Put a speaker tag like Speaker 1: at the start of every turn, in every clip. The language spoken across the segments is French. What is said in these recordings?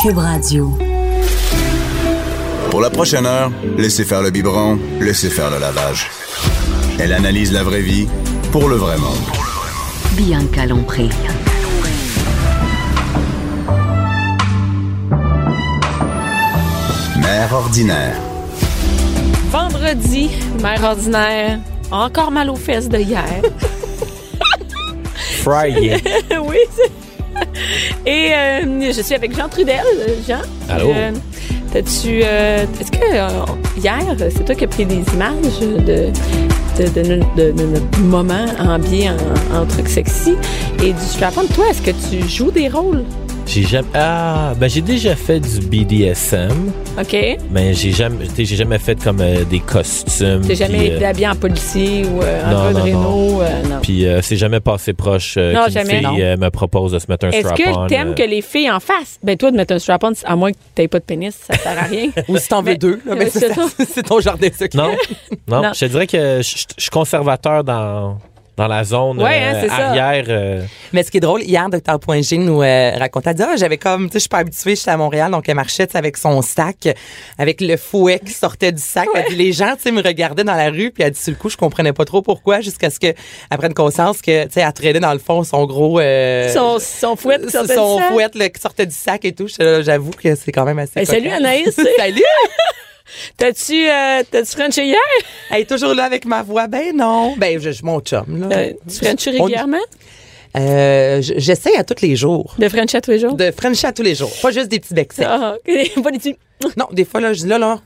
Speaker 1: Cube Radio.
Speaker 2: Pour la prochaine heure, laissez faire le biberon, laissez faire le lavage. Elle analyse la vraie vie pour le vrai monde.
Speaker 1: Bianca Lompré.
Speaker 2: Mère ordinaire.
Speaker 3: Vendredi, mère ordinaire, encore mal aux fesses de hier.
Speaker 4: Friday.
Speaker 3: oui. c'est- Et euh, je suis avec Jean Trudel. Euh, Jean.
Speaker 4: Allô?
Speaker 3: euh, T'as-tu. euh, Est-ce que euh, hier, c'est toi qui as pris des images de. De, de, no- de- de notre moment ambiant en, en truc sexy et du strap-on. Toi, est-ce que tu joues des rôles?
Speaker 4: J'ai jamais. Ah, ben j'ai déjà fait du BDSM,
Speaker 3: OK?
Speaker 4: mais j'ai jamais, tu sais, j'ai jamais fait comme euh, des costumes.
Speaker 3: T'es jamais
Speaker 4: puis,
Speaker 3: été
Speaker 4: euh,
Speaker 3: habillé en policier ou euh,
Speaker 4: Non,
Speaker 3: en
Speaker 4: non,
Speaker 3: Claude
Speaker 4: non.
Speaker 3: Renault? euh, non.
Speaker 4: Puis euh, c'est jamais passé proche euh,
Speaker 3: Non,
Speaker 4: qu'une
Speaker 3: jamais.
Speaker 4: fille
Speaker 3: Non.
Speaker 4: euh, me propose de se mettre un
Speaker 3: Est-ce
Speaker 4: strap-on.
Speaker 3: que t'aimes
Speaker 4: euh,
Speaker 3: que les filles en fassent? Ben toi, de mettre un strap-on, à moins que t'aies pas de pénis, ça sert à rien.
Speaker 5: Ou si t'en veux
Speaker 3: Mais-
Speaker 5: deux, là, mais
Speaker 3: Euh,
Speaker 5: ça,
Speaker 3: c'est
Speaker 5: ça, c'est ton jardin secret.
Speaker 4: Non, non,
Speaker 3: Non.
Speaker 4: Je te dirais que je- je je suis conservateur dans dans la zone
Speaker 3: Ouais, hein,
Speaker 4: euh,
Speaker 3: c'est ça.
Speaker 4: arrière. euh,
Speaker 5: Mais ce qui est drôle, hier, Dr. Poingé nous euh, racontait, elle dit, ah, j'avais comme, tu sais, je suis pas habituée, j'étais à Montréal, donc elle marchait, tu sais, avec son sac, avec le fouet qui sortait du sac. Elle dit, les gens, tu sais, me regardaient dans la rue, puis elle dit, sur le coup, je comprenais pas trop pourquoi, jusqu'à ce qu'elle prenne conscience que, tu sais, elle traînait dans le fond son gros... euh,
Speaker 3: son, son fouet,
Speaker 5: son
Speaker 3: sortait du sac.
Speaker 5: fouet, là, qui sortait du sac et tout. J'étais là, J'avoue que c'est quand même assez...
Speaker 3: Hey, Ben, salut
Speaker 5: cocasse.
Speaker 3: Anaïs.
Speaker 5: salut!
Speaker 3: T'as-tu euh, t'as-tu Frenché hier?
Speaker 5: Elle est toujours là avec ma voix. Ben non. Ben, je, je- mon chum, là.
Speaker 3: Euh, tu Frenché
Speaker 5: On-
Speaker 3: régulièrement?
Speaker 5: Euh, j- J'essaie à tous les jours.
Speaker 3: De French à tous les jours?
Speaker 5: De French à tous les jours. Pas juste des petits becs secs.
Speaker 3: Ah, ok. pas des petits-
Speaker 5: Non, des fois, là, je dis là, là,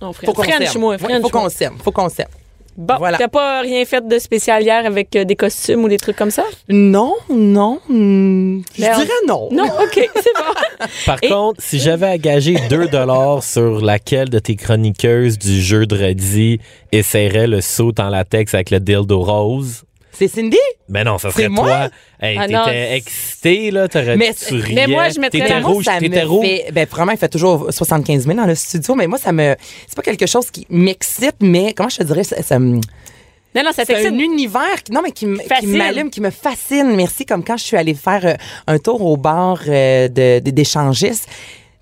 Speaker 3: Non, French.
Speaker 5: faut qu'on
Speaker 3: French,
Speaker 5: s'aime.
Speaker 3: moi,
Speaker 5: Ouais,
Speaker 3: French,
Speaker 5: faut qu'on
Speaker 3: moi.
Speaker 5: s'aime. Faut qu'on s'aime.
Speaker 3: Bon,
Speaker 5: Voilà.
Speaker 3: t'as pas rien fait de spécial hier avec euh, des costumes ou des trucs comme ça?
Speaker 5: Non, non. hmm, Je
Speaker 3: Merde.
Speaker 5: dirais non.
Speaker 3: Non, OK, c'est bon.
Speaker 4: Par
Speaker 3: Et-
Speaker 4: contre, si j'avais à gager 2 dollars sur laquelle de tes chroniqueuses du jeu de redis essaierait le saut en latex avec le dildo rose,
Speaker 5: C'est Cindy?
Speaker 4: Mais Ben non, ça serait
Speaker 5: C'est moi?
Speaker 4: toi. Hey,
Speaker 3: Ah non, c'est-
Speaker 4: t'étais excité, là. T'aurais
Speaker 5: Mais-
Speaker 4: tu riais.
Speaker 3: mais moi, je mettrais
Speaker 4: T'étais
Speaker 3: la
Speaker 5: Moi,
Speaker 4: rouge,
Speaker 5: ça
Speaker 4: t'étais
Speaker 5: me
Speaker 4: rouge.
Speaker 5: fait- ben, vraiment, il fait toujours 75 000 dans le studio, mais moi, ça me. C'est pas quelque chose qui m'excite, mais comment je te dirais, ça, ça me-
Speaker 3: Non, non, ça
Speaker 5: C'est
Speaker 3: t'excite.
Speaker 5: un univers qui, non, mais qui, m- qui
Speaker 3: Fascine.
Speaker 5: m'allume, qui me fascine. Merci. Comme quand je suis allée faire euh, un tour au bar euh, de- de- d'échangistes.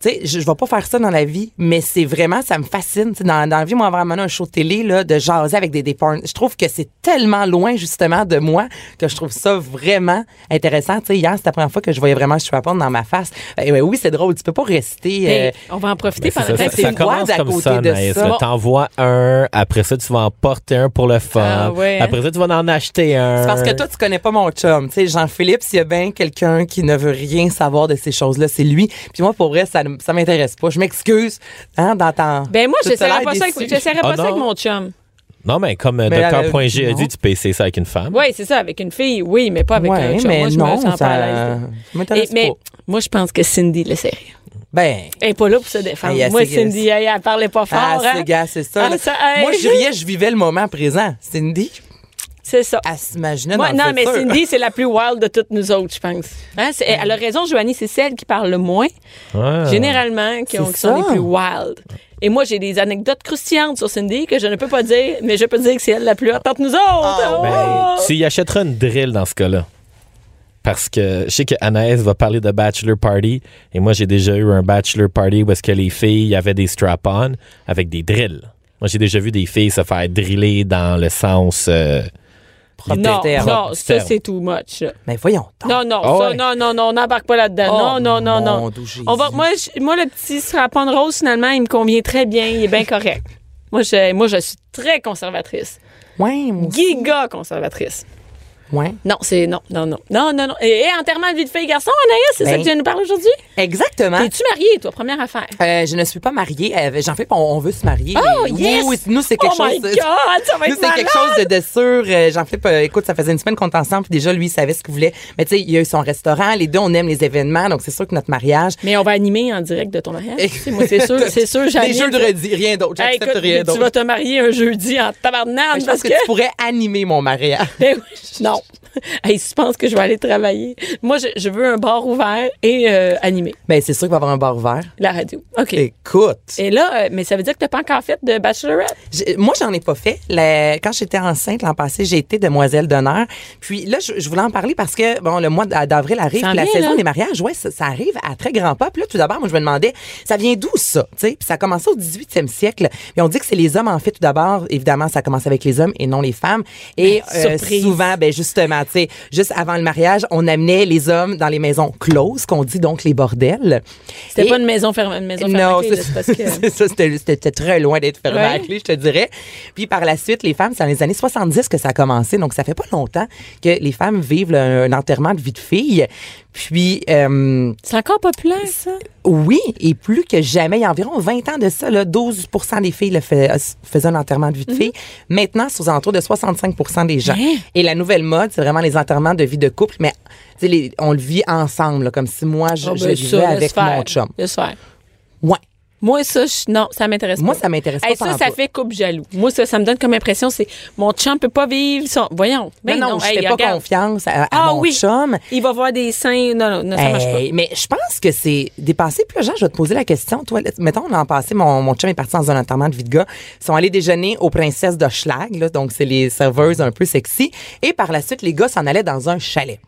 Speaker 5: Tu sais, je, je vais pas faire ça dans la vie, mais c'est vraiment, ça me fascine. Tu sais, dans, dans la vie, moi, vraiment, un show de télé, là, de jaser avec des, des porn- Je trouve que c'est tellement loin, justement, de moi, que je trouve ça vraiment intéressant. Tu sais, hier, c'était la première fois que je voyais vraiment je porn dans ma face. Euh, ouais, oui, c'est drôle. Tu peux pas rester. euh,
Speaker 3: Hey, on va en profiter
Speaker 4: Mais c'est
Speaker 3: pendant
Speaker 4: ça,
Speaker 3: que
Speaker 4: ça,
Speaker 5: c'est
Speaker 4: ça
Speaker 5: une
Speaker 4: commence
Speaker 5: boîte à
Speaker 4: comme
Speaker 5: côté
Speaker 4: ça,
Speaker 5: de
Speaker 4: Anaïs.
Speaker 5: ça.
Speaker 4: là. T'envoies un, après ça, tu vas en porter un pour le fun.
Speaker 3: Ah, ouais, hein.
Speaker 4: Après ça, tu vas en acheter un.
Speaker 5: C'est parce que toi, tu connais pas mon chum. Tu sais, Jean-Philippe, s'il y a bien quelqu'un qui ne veut rien savoir de ces choses-là, c'est lui. Puis moi, pour vrai, ça ne ça m'intéresse pas. Je m'excuse hein, d'entendre.
Speaker 3: Ben moi,
Speaker 5: Tu te
Speaker 3: j'essaierais
Speaker 5: l'as
Speaker 3: pas, ça
Speaker 5: déçu. Oh
Speaker 3: avec- j'essaierais
Speaker 4: Ah
Speaker 3: pas ça avec
Speaker 4: non?
Speaker 3: mon chum.
Speaker 4: Non, mais comme euh,
Speaker 5: Mais elle a-
Speaker 4: Dr.G a
Speaker 5: non.
Speaker 4: dit, tu peux essayer ça avec une femme.
Speaker 3: Oui, c'est ça, avec une fille, oui, mais pas avec un
Speaker 5: Ouais,
Speaker 3: chum.
Speaker 5: mais
Speaker 3: moi, je
Speaker 5: non,
Speaker 3: me sens
Speaker 5: ça-
Speaker 3: pas à l'aise.
Speaker 5: ça m'intéresse
Speaker 3: Et- mais
Speaker 5: pas.
Speaker 3: moi, je pense que Cindy le sait.
Speaker 5: Ben.
Speaker 3: Elle n'est pas là pour se défendre.
Speaker 5: Hey,
Speaker 3: moi,
Speaker 5: assez-
Speaker 3: Cindy, elle, elle parlait pas fort.
Speaker 5: Ah,
Speaker 3: hein.
Speaker 5: c'est gars, c'est ça.
Speaker 3: Ah,
Speaker 5: là.
Speaker 3: ça, hey.
Speaker 5: Moi, je riais, je vivais le moment présent. Cindy,
Speaker 3: C'est ça.
Speaker 5: elle s'imaginait
Speaker 3: Moi,
Speaker 5: dans le
Speaker 3: non, mais
Speaker 5: futur.
Speaker 3: Cindy, c'est la plus wild de toutes nous autres, je pense. Hein, c'est- elle a raison, Joanie, c'est celle qui parle le moins,
Speaker 4: Ah.
Speaker 3: généralement, qui, ont-
Speaker 5: C'est
Speaker 3: qui sont les
Speaker 5: ça.
Speaker 3: plus wild. Et moi, j'ai des anecdotes croustillantes sur Cindy que je ne peux pas dire, mais je peux dire que c'est elle la plus hâte entre nous
Speaker 5: Ah,
Speaker 3: autres. Oh!
Speaker 4: Ben, tu y achèteras une drill dans ce cas-là. Parce que je sais que Anaïs va parler de bachelor party. Et moi, j'ai déjà eu un bachelor party où est-ce que les filles avaient des strap-on avec des drills. Moi, j'ai déjà vu des filles se faire driller dans le sens... euh,
Speaker 5: ben,
Speaker 3: Non,
Speaker 5: terme.
Speaker 3: non, ça,
Speaker 4: terme.
Speaker 3: c'est too much. là.
Speaker 5: Mais voyons. donc.
Speaker 3: Non, non,
Speaker 4: Ah
Speaker 3: ça,
Speaker 4: ouais.
Speaker 3: non, non, non, on n'embarque pas là-dedans.
Speaker 5: Oh,
Speaker 3: non, non, non,
Speaker 5: mon
Speaker 3: non.
Speaker 5: doux Jésus.
Speaker 3: On va, moi, je- moi, le petit strapon de rose, finalement, il me convient très bien. Il est bien correct. moi, je, moi, je suis très conservatrice.
Speaker 5: Ouais, moi aussi.
Speaker 3: Giga conservatrice.
Speaker 5: Ouais.
Speaker 3: Non, c'est non, non, non. Non, non, non. Et, et enterrement de vie de fille et garçon, Anaïs, c'est
Speaker 5: Ben. Hein?
Speaker 3: ça que tu viens nous parler aujourd'hui?
Speaker 5: Exactement.
Speaker 3: T'es-tu mariée, toi, première affaire?
Speaker 5: Euh, je ne suis pas mariée. Euh, J'en fais, on, on veut se marier.
Speaker 3: Oh,
Speaker 5: Oui,
Speaker 3: yes!
Speaker 5: oui, nous, c'est quelque
Speaker 3: oh
Speaker 5: chose.
Speaker 3: my God, ça va
Speaker 5: Nous,
Speaker 3: être
Speaker 5: c'est quelque
Speaker 3: malade!
Speaker 5: chose de, de sûr. Euh, Jean-Philippe, euh, écoute, ça faisait une semaine qu'on était ensemble, puis déjà, lui, il savait ce qu'il voulait. Mais tu sais, il y a eu son restaurant, les deux, on aime les événements, donc c'est sûr que notre mariage.
Speaker 3: Mais on va animer en direct de ton mariage. tu sais, moi, c'est sûr, c'est sûr,
Speaker 5: Les
Speaker 3: j'anime.
Speaker 5: jeux de redis, rien d'autre.
Speaker 3: Hey,
Speaker 5: J'accepte
Speaker 3: écoute,
Speaker 5: rien
Speaker 3: tu vas
Speaker 5: d'autre.
Speaker 3: te marier un jeudi en tabarnane
Speaker 5: Mais Je pense
Speaker 3: parce
Speaker 5: que,
Speaker 3: que...
Speaker 5: tu pourrais animer mon mariage.
Speaker 3: Ben oui, non. Hey, si tu penses que je vais aller travailler, moi, je, je veux un bar ouvert et euh, animé,
Speaker 5: Ben, c'est sûr qu'il va y avoir un bar ouvert.
Speaker 3: la radio. OK. Et,
Speaker 5: Écoute.
Speaker 3: là, euh, mais ça veut dire que t'as pas encore fait de bachelorette?
Speaker 5: J'ai- Moi, j'en ai pas fait. La- quand j'étais enceinte l'an passé, j'ai été demoiselle d'honneur. Puis là, je, je voulais en parler parce que bon, le mois d'a- d'avril arrive,
Speaker 3: Ça
Speaker 5: puis la
Speaker 3: vient,
Speaker 5: saison
Speaker 3: là.
Speaker 5: des mariages, ouais, ça, ça arrive à très grand pas. Puis là, tout d'abord, moi, je me demandais, ça vient d'où ça Tu sais, puis ça a commencé au 18e siècle. Puis on dit que c'est les hommes en fait tout d'abord. Évidemment, ça commence avec les hommes et non les femmes. Et
Speaker 3: Ben, surprise.
Speaker 5: souvent, ben justement, tu sais, juste avant le mariage, on amenait les hommes dans les maisons closes, qu'on dit donc les bordels.
Speaker 3: C'était
Speaker 5: Et-
Speaker 3: pas une maison fermée, une maison fermée,
Speaker 5: non,
Speaker 3: là,
Speaker 5: c'est
Speaker 3: c'est parce que...
Speaker 5: c'est ça, c'était c'était très loin d'être fermé à
Speaker 3: Ouais.
Speaker 5: clé, je te dirais. Puis par la suite, les femmes, c'est dans les années 70 que ça a commencé, donc ça fait pas longtemps que les femmes vivent le- un enterrement de vie de fille. Puis euh,
Speaker 3: C'est encore populaire, ça?
Speaker 5: oui, et plus que jamais, il y a environ 20 ans de ça, là, 12 des filles le fais- euh, faisaient un enterrement de vie de fille. Maintenant, c'est aux alentours de 65 des gens.
Speaker 3: Mhm. Hein?
Speaker 5: Et la nouvelle mode, c'est vraiment les enterrements de vie de couple, mais tu sais, les- on le vit ensemble, là, comme si moi, je,
Speaker 3: Ah,
Speaker 5: je
Speaker 3: ben,
Speaker 5: le
Speaker 3: ça,
Speaker 5: vivais
Speaker 3: laisse
Speaker 5: avec
Speaker 3: faire,
Speaker 5: mon chum.
Speaker 3: laisse faire.
Speaker 5: Ouais.
Speaker 3: Moi, ça, je- non, ça m'intéresse
Speaker 5: Moi,
Speaker 3: pas.
Speaker 5: ça m'intéresse
Speaker 3: Hey,
Speaker 5: pas
Speaker 3: Ça,
Speaker 5: pantoute.
Speaker 3: ça fait couple jaloux. Moi, ça, ça me donne comme impression, c'est mon chum peut pas vivre son. Voyons.
Speaker 5: Mais
Speaker 3: Ben
Speaker 5: non, je
Speaker 3: hey,
Speaker 5: fais pas
Speaker 3: regarde.
Speaker 5: confiance à, à
Speaker 3: Ah
Speaker 5: mon
Speaker 3: oui.
Speaker 5: chum.
Speaker 3: Il va voir des seins. Non, non, non ça marche pas.
Speaker 5: Hey, mais je pense que c'est dépassé. Puis là, Jean, je vais te poser la question. Toi, là, mettons, l'an passé, mon, mon chum est parti dans un enterrement de vie de gars. Ils sont allés déjeuner aux princesses de Schlag, là, donc c'est les serveuses un peu sexy. Et par la suite, les gars s'en allaient dans un chalet.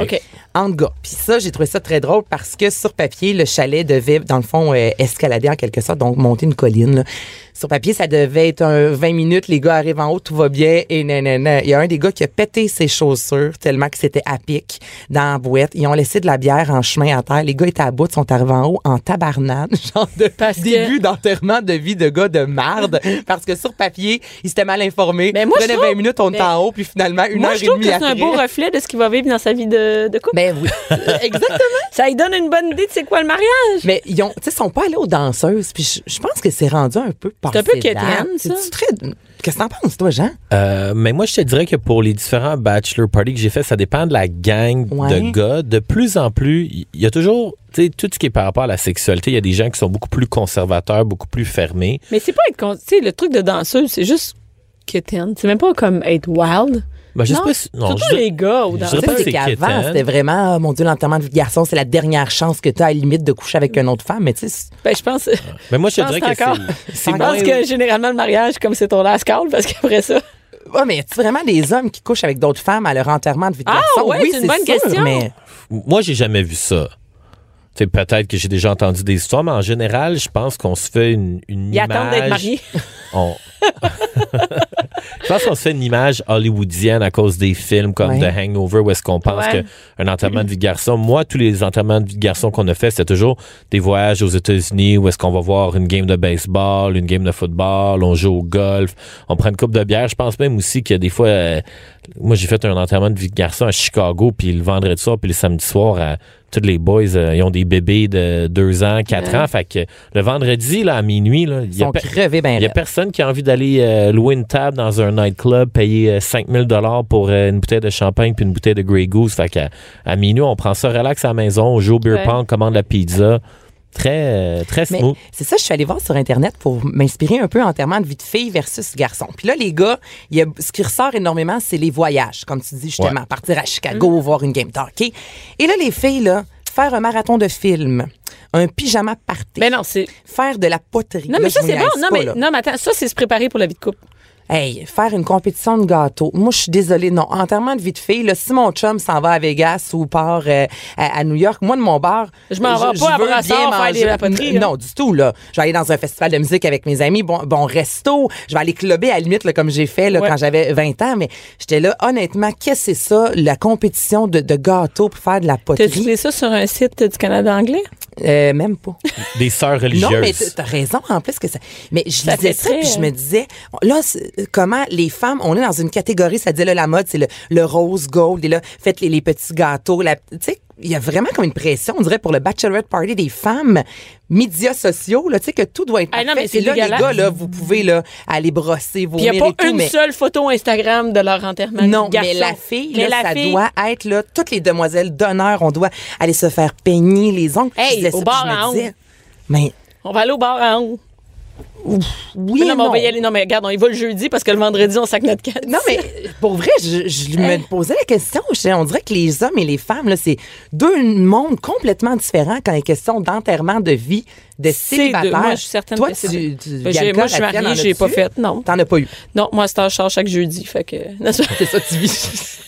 Speaker 3: OK.
Speaker 5: Entre gars. Puis ça, j'ai trouvé ça très drôle parce que sur papier, le chalet devait, dans le fond, euh, escalader en quelque sorte, donc monter une colline. là. Sur papier, ça devait être un 20 minutes, les gars arrivent en haut, tout va bien, et nanana. Il y a un des gars qui a pété ses chaussures tellement que c'était à pic dans la boîte. Ils ont laissé de la bière en chemin à terre. Les gars étaient à bout, sont arrivés en haut en tabarnade, genre de
Speaker 3: Parce que-
Speaker 5: début d'enterrement de vie de gars de marde, parce que sur papier, ils s'étaient mal informés.
Speaker 3: Mais moi, je
Speaker 5: Prenez
Speaker 3: trouve-
Speaker 5: 20 minutes, on
Speaker 3: Mais-
Speaker 5: était en haut, puis finalement, une
Speaker 3: Moi,
Speaker 5: heure
Speaker 3: je
Speaker 5: et
Speaker 3: trouve
Speaker 5: demie
Speaker 3: que c'est un
Speaker 5: après.
Speaker 3: beau reflet de ce qu'il va vivre dans sa vie de, de couple.
Speaker 5: Ben oui, exactement.
Speaker 3: Ça lui donne une bonne idée de c'est quoi le mariage.
Speaker 5: Mais ils ont, tu sais, sont pas allés aux danseuses. Puis je, je pense que c'est rendu un peu
Speaker 3: C'est un peu
Speaker 5: passé
Speaker 3: quétaine,
Speaker 5: date.
Speaker 3: ça.
Speaker 5: C'est-tu très. Qu'est-ce que t'en penses, toi, Jean?
Speaker 4: Euh, mais moi, je te dirais que pour les différents bachelor parties que j'ai fait, ça dépend de la gang
Speaker 5: Ouais.
Speaker 4: de gars. De plus en plus, il y a toujours, tu sais, tout ce qui est par rapport à la sexualité, il y a des gens qui sont beaucoup plus conservateurs, beaucoup plus fermés.
Speaker 3: Mais c'est pas être. con- Tu sais, le truc de danseuse, c'est juste quétaine. C'est même pas comme être wild.
Speaker 4: Ben, je sais
Speaker 3: Non,
Speaker 4: pas si- non,
Speaker 3: Surtout
Speaker 4: je-
Speaker 3: les gars ou
Speaker 4: je
Speaker 3: dans
Speaker 4: dirais pas
Speaker 5: Tu sais,
Speaker 4: que
Speaker 5: c'est
Speaker 4: c'est
Speaker 5: qu'avant,
Speaker 4: quétaine.
Speaker 5: c'était vraiment, oh, mon Dieu, l'enterrement de vie de garçon, c'est la dernière chance que tu as à la limite de coucher avec une autre femme. Mais tu sais,
Speaker 3: Ben, je pense.
Speaker 4: Mais moi, je
Speaker 3: Je
Speaker 4: te dirais
Speaker 3: pense
Speaker 4: que
Speaker 3: encore.
Speaker 4: c'est-
Speaker 3: Je
Speaker 4: c'est
Speaker 3: pense
Speaker 4: moins-
Speaker 3: que généralement, le mariage, comme c'est ton last call, parce qu'après ça.
Speaker 5: c'est- ouais, mais y a vraiment des hommes qui couchent avec d'autres femmes à leur enterrement de vie de
Speaker 3: Ah,
Speaker 5: garçon?
Speaker 3: ouais,
Speaker 5: oui,
Speaker 3: c'est une bonne
Speaker 5: sûr,
Speaker 3: question.
Speaker 5: Mais
Speaker 4: Moi, j'ai jamais vu ça. Tu sais, peut-être que j'ai déjà entendu des histoires, mais en général, je pense qu'on se fait une, une
Speaker 3: Il
Speaker 4: image.
Speaker 3: attend d'être marié.
Speaker 4: On- je pense qu'on se fait une image hollywoodienne à cause des films comme
Speaker 5: Ouais.
Speaker 4: The Hangover où est-ce qu'on pense
Speaker 3: Ouais.
Speaker 4: qu'un enterrement de vie de garçon, moi, tous les enterrements de vie de garçon qu'on a fait, c'était toujours des voyages aux États-Unis où est-ce qu'on va voir une game de baseball, une game de football, on joue au golf, on prend une coupe de bière. Je pense même aussi que des fois, euh, moi, j'ai fait un enterrement de vie de garçon à Chicago, puis le vendredi soir, puis le samedi soir, à, tous les boys, euh, ils ont des bébés de 2 ans, 4 ans. Fait que le vendredi, là, à minuit, là, il
Speaker 5: ils
Speaker 4: y a
Speaker 5: sont
Speaker 4: pe-
Speaker 5: crevés ben bien
Speaker 4: il n'y a personne qui a envie d'aller euh, louer une table dans un nightclub, payer 5000 dollars pour euh, une bouteille de champagne puis une bouteille de Grey Goose. Fait qu'à à minuit, on prend ça relax à la maison, on joue au beer
Speaker 3: Ouais.
Speaker 4: pong, commande la pizza. Très, euh, très
Speaker 5: Mais
Speaker 4: smooth.
Speaker 5: c'est ça, je suis allée voir sur Internet pour m'inspirer un peu enterrement de vie de fille versus garçon. Puis là, les gars, il y a, ce qui ressort énormément, c'est les voyages, comme tu dis justement,
Speaker 4: Ouais.
Speaker 5: partir à Chicago,
Speaker 3: Mhm.
Speaker 5: voir une game de hockey. Et là, les filles, là, faire un marathon de films, un pyjama party,
Speaker 3: Mais Ben, non, c'est.
Speaker 5: faire de la poterie.
Speaker 3: Non,
Speaker 5: Là,
Speaker 3: mais
Speaker 5: je
Speaker 3: ça,
Speaker 5: vous
Speaker 3: c'est bon.
Speaker 5: niaise
Speaker 3: Non,
Speaker 5: pas,
Speaker 3: mais,
Speaker 5: là.
Speaker 3: non, mais attends, ça, c'est se préparer pour la vie de couple.
Speaker 5: Hey, faire une compétition de gâteau. Moi, je suis désolée, non. Enterrement de vie de fille, là, si mon chum s'en va à Vegas ou part euh, à, à New York, moi, de mon bar,
Speaker 3: Je m'en vais pas à
Speaker 5: veux
Speaker 3: Brassard
Speaker 5: bien
Speaker 3: faire
Speaker 5: manger.
Speaker 3: des vapoteries, là.
Speaker 5: Non, du tout, là. Je vais aller dans un festival de musique avec mes amis, bon, bon resto. Je vais aller clubber, à la limite, là, comme j'ai fait là,
Speaker 3: Ouais.
Speaker 5: quand j'avais 20 ans. Mais j'étais là, honnêtement, qu'est-ce que c'est ça, la compétition de, de gâteau pour faire de la
Speaker 3: T'as-tu
Speaker 5: poterie?
Speaker 3: trouvé ça sur un site du Canada anglais?
Speaker 5: Euh, même pas.
Speaker 4: Des sœurs religieuses.
Speaker 5: Non, mais t- t'as raison en plus que ça. Mais je
Speaker 3: Ça
Speaker 5: lisais
Speaker 3: fait
Speaker 5: ça,
Speaker 3: très,
Speaker 5: puis je
Speaker 3: euh,
Speaker 5: me disais, là, c'est- comment les femmes, on est dans une catégorie, ça dit là, la mode, c'est le, le rose gold, et là, faites les, les petits gâteaux, la, tu sais, il y a vraiment comme une pression, on dirait, pour le bachelorette party des femmes, médias sociaux, là, tu sais, que tout doit être
Speaker 3: Ah non,
Speaker 5: parfait.
Speaker 3: mais c'est
Speaker 5: Puis là, les
Speaker 3: dégueulasse.
Speaker 5: gars, là, vous pouvez, là, aller brosser vos
Speaker 3: Puis il n'y a
Speaker 5: mires et
Speaker 3: pas
Speaker 5: tout,
Speaker 3: une
Speaker 5: mais-
Speaker 3: seule photo Instagram de leur enterrement.
Speaker 5: non,
Speaker 3: du garçon.
Speaker 5: mais la fille,
Speaker 3: Mais
Speaker 5: là,
Speaker 3: la
Speaker 5: ça
Speaker 3: fille-
Speaker 5: doit être là. Toutes les demoiselles d'honneur, on doit aller se faire peigner les ongles.
Speaker 3: Hey,
Speaker 5: Je disais
Speaker 3: au
Speaker 5: ça,
Speaker 3: bar
Speaker 5: puis je me
Speaker 3: à
Speaker 5: disais,
Speaker 3: ongles.
Speaker 5: Mais
Speaker 3: On va aller au bar à ongles.
Speaker 5: oui,
Speaker 3: Mais non, mais on
Speaker 5: non.
Speaker 3: va y aller. Non, mais regarde, on y va le jeudi parce que le vendredi, on sac notre canne.
Speaker 5: Non, mais pour vrai, je, je me posais la question. Je sais, on dirait que les hommes et les femmes, là, c'est deux mondes complètement différents quand il est question d'enterrement de vie, de
Speaker 3: C'est
Speaker 5: célibataire.
Speaker 3: deux. Moi, je suis certaine
Speaker 5: Toi,
Speaker 3: que c'est
Speaker 5: tu,
Speaker 3: deux.
Speaker 5: tu-
Speaker 3: Ben, j'ai-
Speaker 5: Bianca,
Speaker 3: moi, je suis
Speaker 5: la tienne,
Speaker 3: mariée,
Speaker 5: en
Speaker 3: j'ai
Speaker 5: as-tu?
Speaker 3: pas fait, non.
Speaker 5: T'en as pas eu.
Speaker 3: Non, moi, c'est en char chaque jeudi. Fait que.
Speaker 5: C'est ça, tu vis.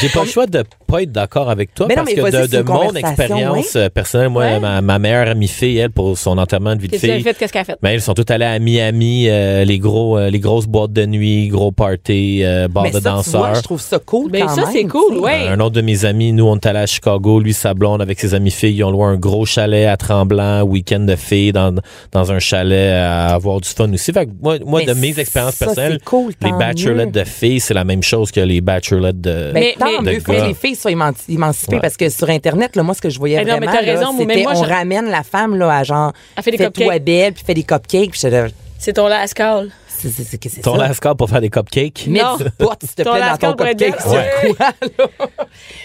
Speaker 4: J'ai pas le choix de pas être d'accord avec toi
Speaker 5: Mais non,
Speaker 4: parce
Speaker 5: mais
Speaker 4: que
Speaker 5: vas-y,
Speaker 4: de,
Speaker 5: c'est
Speaker 4: de
Speaker 5: une
Speaker 4: mon
Speaker 5: conversation,
Speaker 4: expérience euh, personnelle, moi,
Speaker 3: Ouais.
Speaker 4: ma, ma meilleure amie fille, elle, pour son enterrement de vie de
Speaker 3: Qu'est-ce qu'elle a
Speaker 4: fille,
Speaker 3: fait? Qu'est-ce qu'elle a fait?
Speaker 4: ben, elles sont toutes allées à Miami, euh, les gros, euh, les grosses boîtes de nuit, gros party, euh, bar
Speaker 5: Mais
Speaker 4: de
Speaker 5: ça, tu vois,
Speaker 4: danseurs.
Speaker 5: je trouve ça cool
Speaker 3: Ben,
Speaker 5: quand
Speaker 3: ça,
Speaker 5: même,
Speaker 3: c'est cool,
Speaker 5: tu sais.
Speaker 3: ouais.
Speaker 4: Euh, Un autre de mes amis, nous, on est allés à Chicago. Lui, sa blonde, avec ses amis filles, ils ont loué un gros chalet à Tremblant, week-end de filles, dans, dans un chalet à avoir du fun aussi. Fait que moi, moi
Speaker 5: Mais
Speaker 4: de mes expériences
Speaker 5: ça,
Speaker 4: personnelles,
Speaker 5: c'est cool,
Speaker 4: les
Speaker 5: tant
Speaker 4: bachelorettes
Speaker 5: mieux.
Speaker 4: de filles, c'est la même chose que les bachelorettes de.
Speaker 5: Ben,
Speaker 3: Mais-
Speaker 5: tant
Speaker 3: mais-
Speaker 5: mieux
Speaker 4: de
Speaker 5: faut
Speaker 4: gars.
Speaker 5: que les filles soient éman- émancipées
Speaker 4: Ouais.
Speaker 5: parce que sur Internet, là, moi, ce que je voyais
Speaker 3: Eh non, mais
Speaker 5: vraiment,
Speaker 3: t'as
Speaker 5: là,
Speaker 3: raison, mais
Speaker 5: c'était
Speaker 3: moi,
Speaker 5: on
Speaker 3: je-
Speaker 5: ramène la femme là, à genre,
Speaker 3: Elle fait des
Speaker 5: fais-toi
Speaker 3: cupcakes.
Speaker 5: belle, puis fais des cupcakes. Puis j'étais là,
Speaker 3: C'est ton lascal.
Speaker 5: c'est c'est- c'est- c'est
Speaker 4: Ton
Speaker 5: ça?
Speaker 4: lascar pour faire des cupcakes.
Speaker 5: Mets
Speaker 3: Non.
Speaker 5: du pot, s'il te
Speaker 3: Ton
Speaker 5: plaît, dans
Speaker 3: lascar
Speaker 5: ton
Speaker 3: pour être
Speaker 5: cupcake.
Speaker 3: bien
Speaker 5: c'est quoi, là?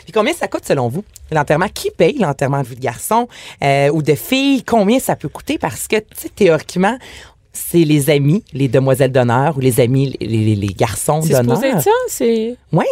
Speaker 5: Puis combien ça coûte, selon vous, l'enterrement? Qui paye l'enterrement de vie de garçon euh, ou de fille? Combien ça peut coûter? Parce que, tu sais, théoriquement, c'est les amis, les demoiselles d'honneur ou les amis, les, les- les garçons
Speaker 3: C'est supposé être
Speaker 5: d'honneur.
Speaker 3: ça? C'est.
Speaker 5: Oui.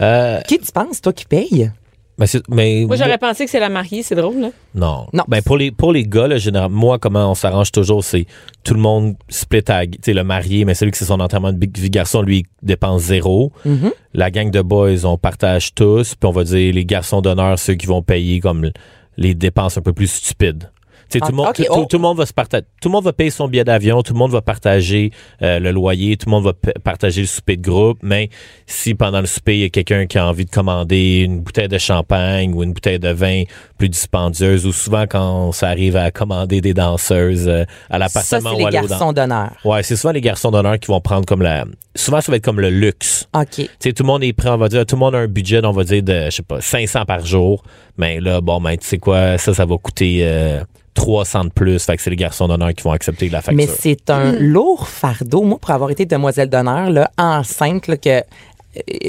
Speaker 4: Euh,
Speaker 5: Qui tu penses, toi, qui paye?
Speaker 4: mais c'est- mais-
Speaker 3: Moi, j'aurais pensé que c'est la mariée. C'est drôle, là.
Speaker 4: Non.
Speaker 5: Non.
Speaker 4: Ben pour les pour les gars, là, généralement, moi, comment on s'arrange toujours, c'est tout le monde split à tu sais, le marié, mais celui qui c'est son enterrement de big- vie de garçon, lui, il dépense zéro.
Speaker 5: Mm-hmm.
Speaker 4: La gang de boys, on partage tous, puis on va dire les garçons d'honneur, ceux qui vont payer comme les dépenses un peu plus stupides. Tu sais,
Speaker 5: Ah,
Speaker 4: tout, le monde,
Speaker 5: ok,
Speaker 4: tout-
Speaker 5: oh.
Speaker 4: tout- tout le monde va se partager. Tout le monde va payer son billet d'avion, tout le monde va partager euh, le loyer, tout le monde va pa- partager le souper de groupe. Mais si pendant le souper, il y a quelqu'un qui a envie de commander une bouteille de champagne ou une bouteille de vin plus dispendieuse, ou souvent quand ça arrive à commander des danseuses euh, à
Speaker 5: Ça,
Speaker 4: l'appartement
Speaker 5: c'est
Speaker 4: ou
Speaker 5: les
Speaker 4: à l'eau dans-
Speaker 5: garçons d'honneur.
Speaker 4: Ouais, c'est souvent les garçons d'honneur qui vont prendre comme la. Souvent, ça va être comme le luxe.
Speaker 5: OK.
Speaker 4: Tu sais, tout le monde est prêt, on va dire, tout le monde a un budget, on va dire, de, je sais pas, 500 par jour. Mais là, bon, ben, tu sais quoi, ça, ça va coûter euh, 300 de plus. Fait que c'est les garçons d'honneur qui vont accepter la facture.
Speaker 5: Mais c'est un
Speaker 3: Mm.
Speaker 5: lourd fardeau. Moi, pour avoir été demoiselle d'honneur, là, enceinte, là, que euh,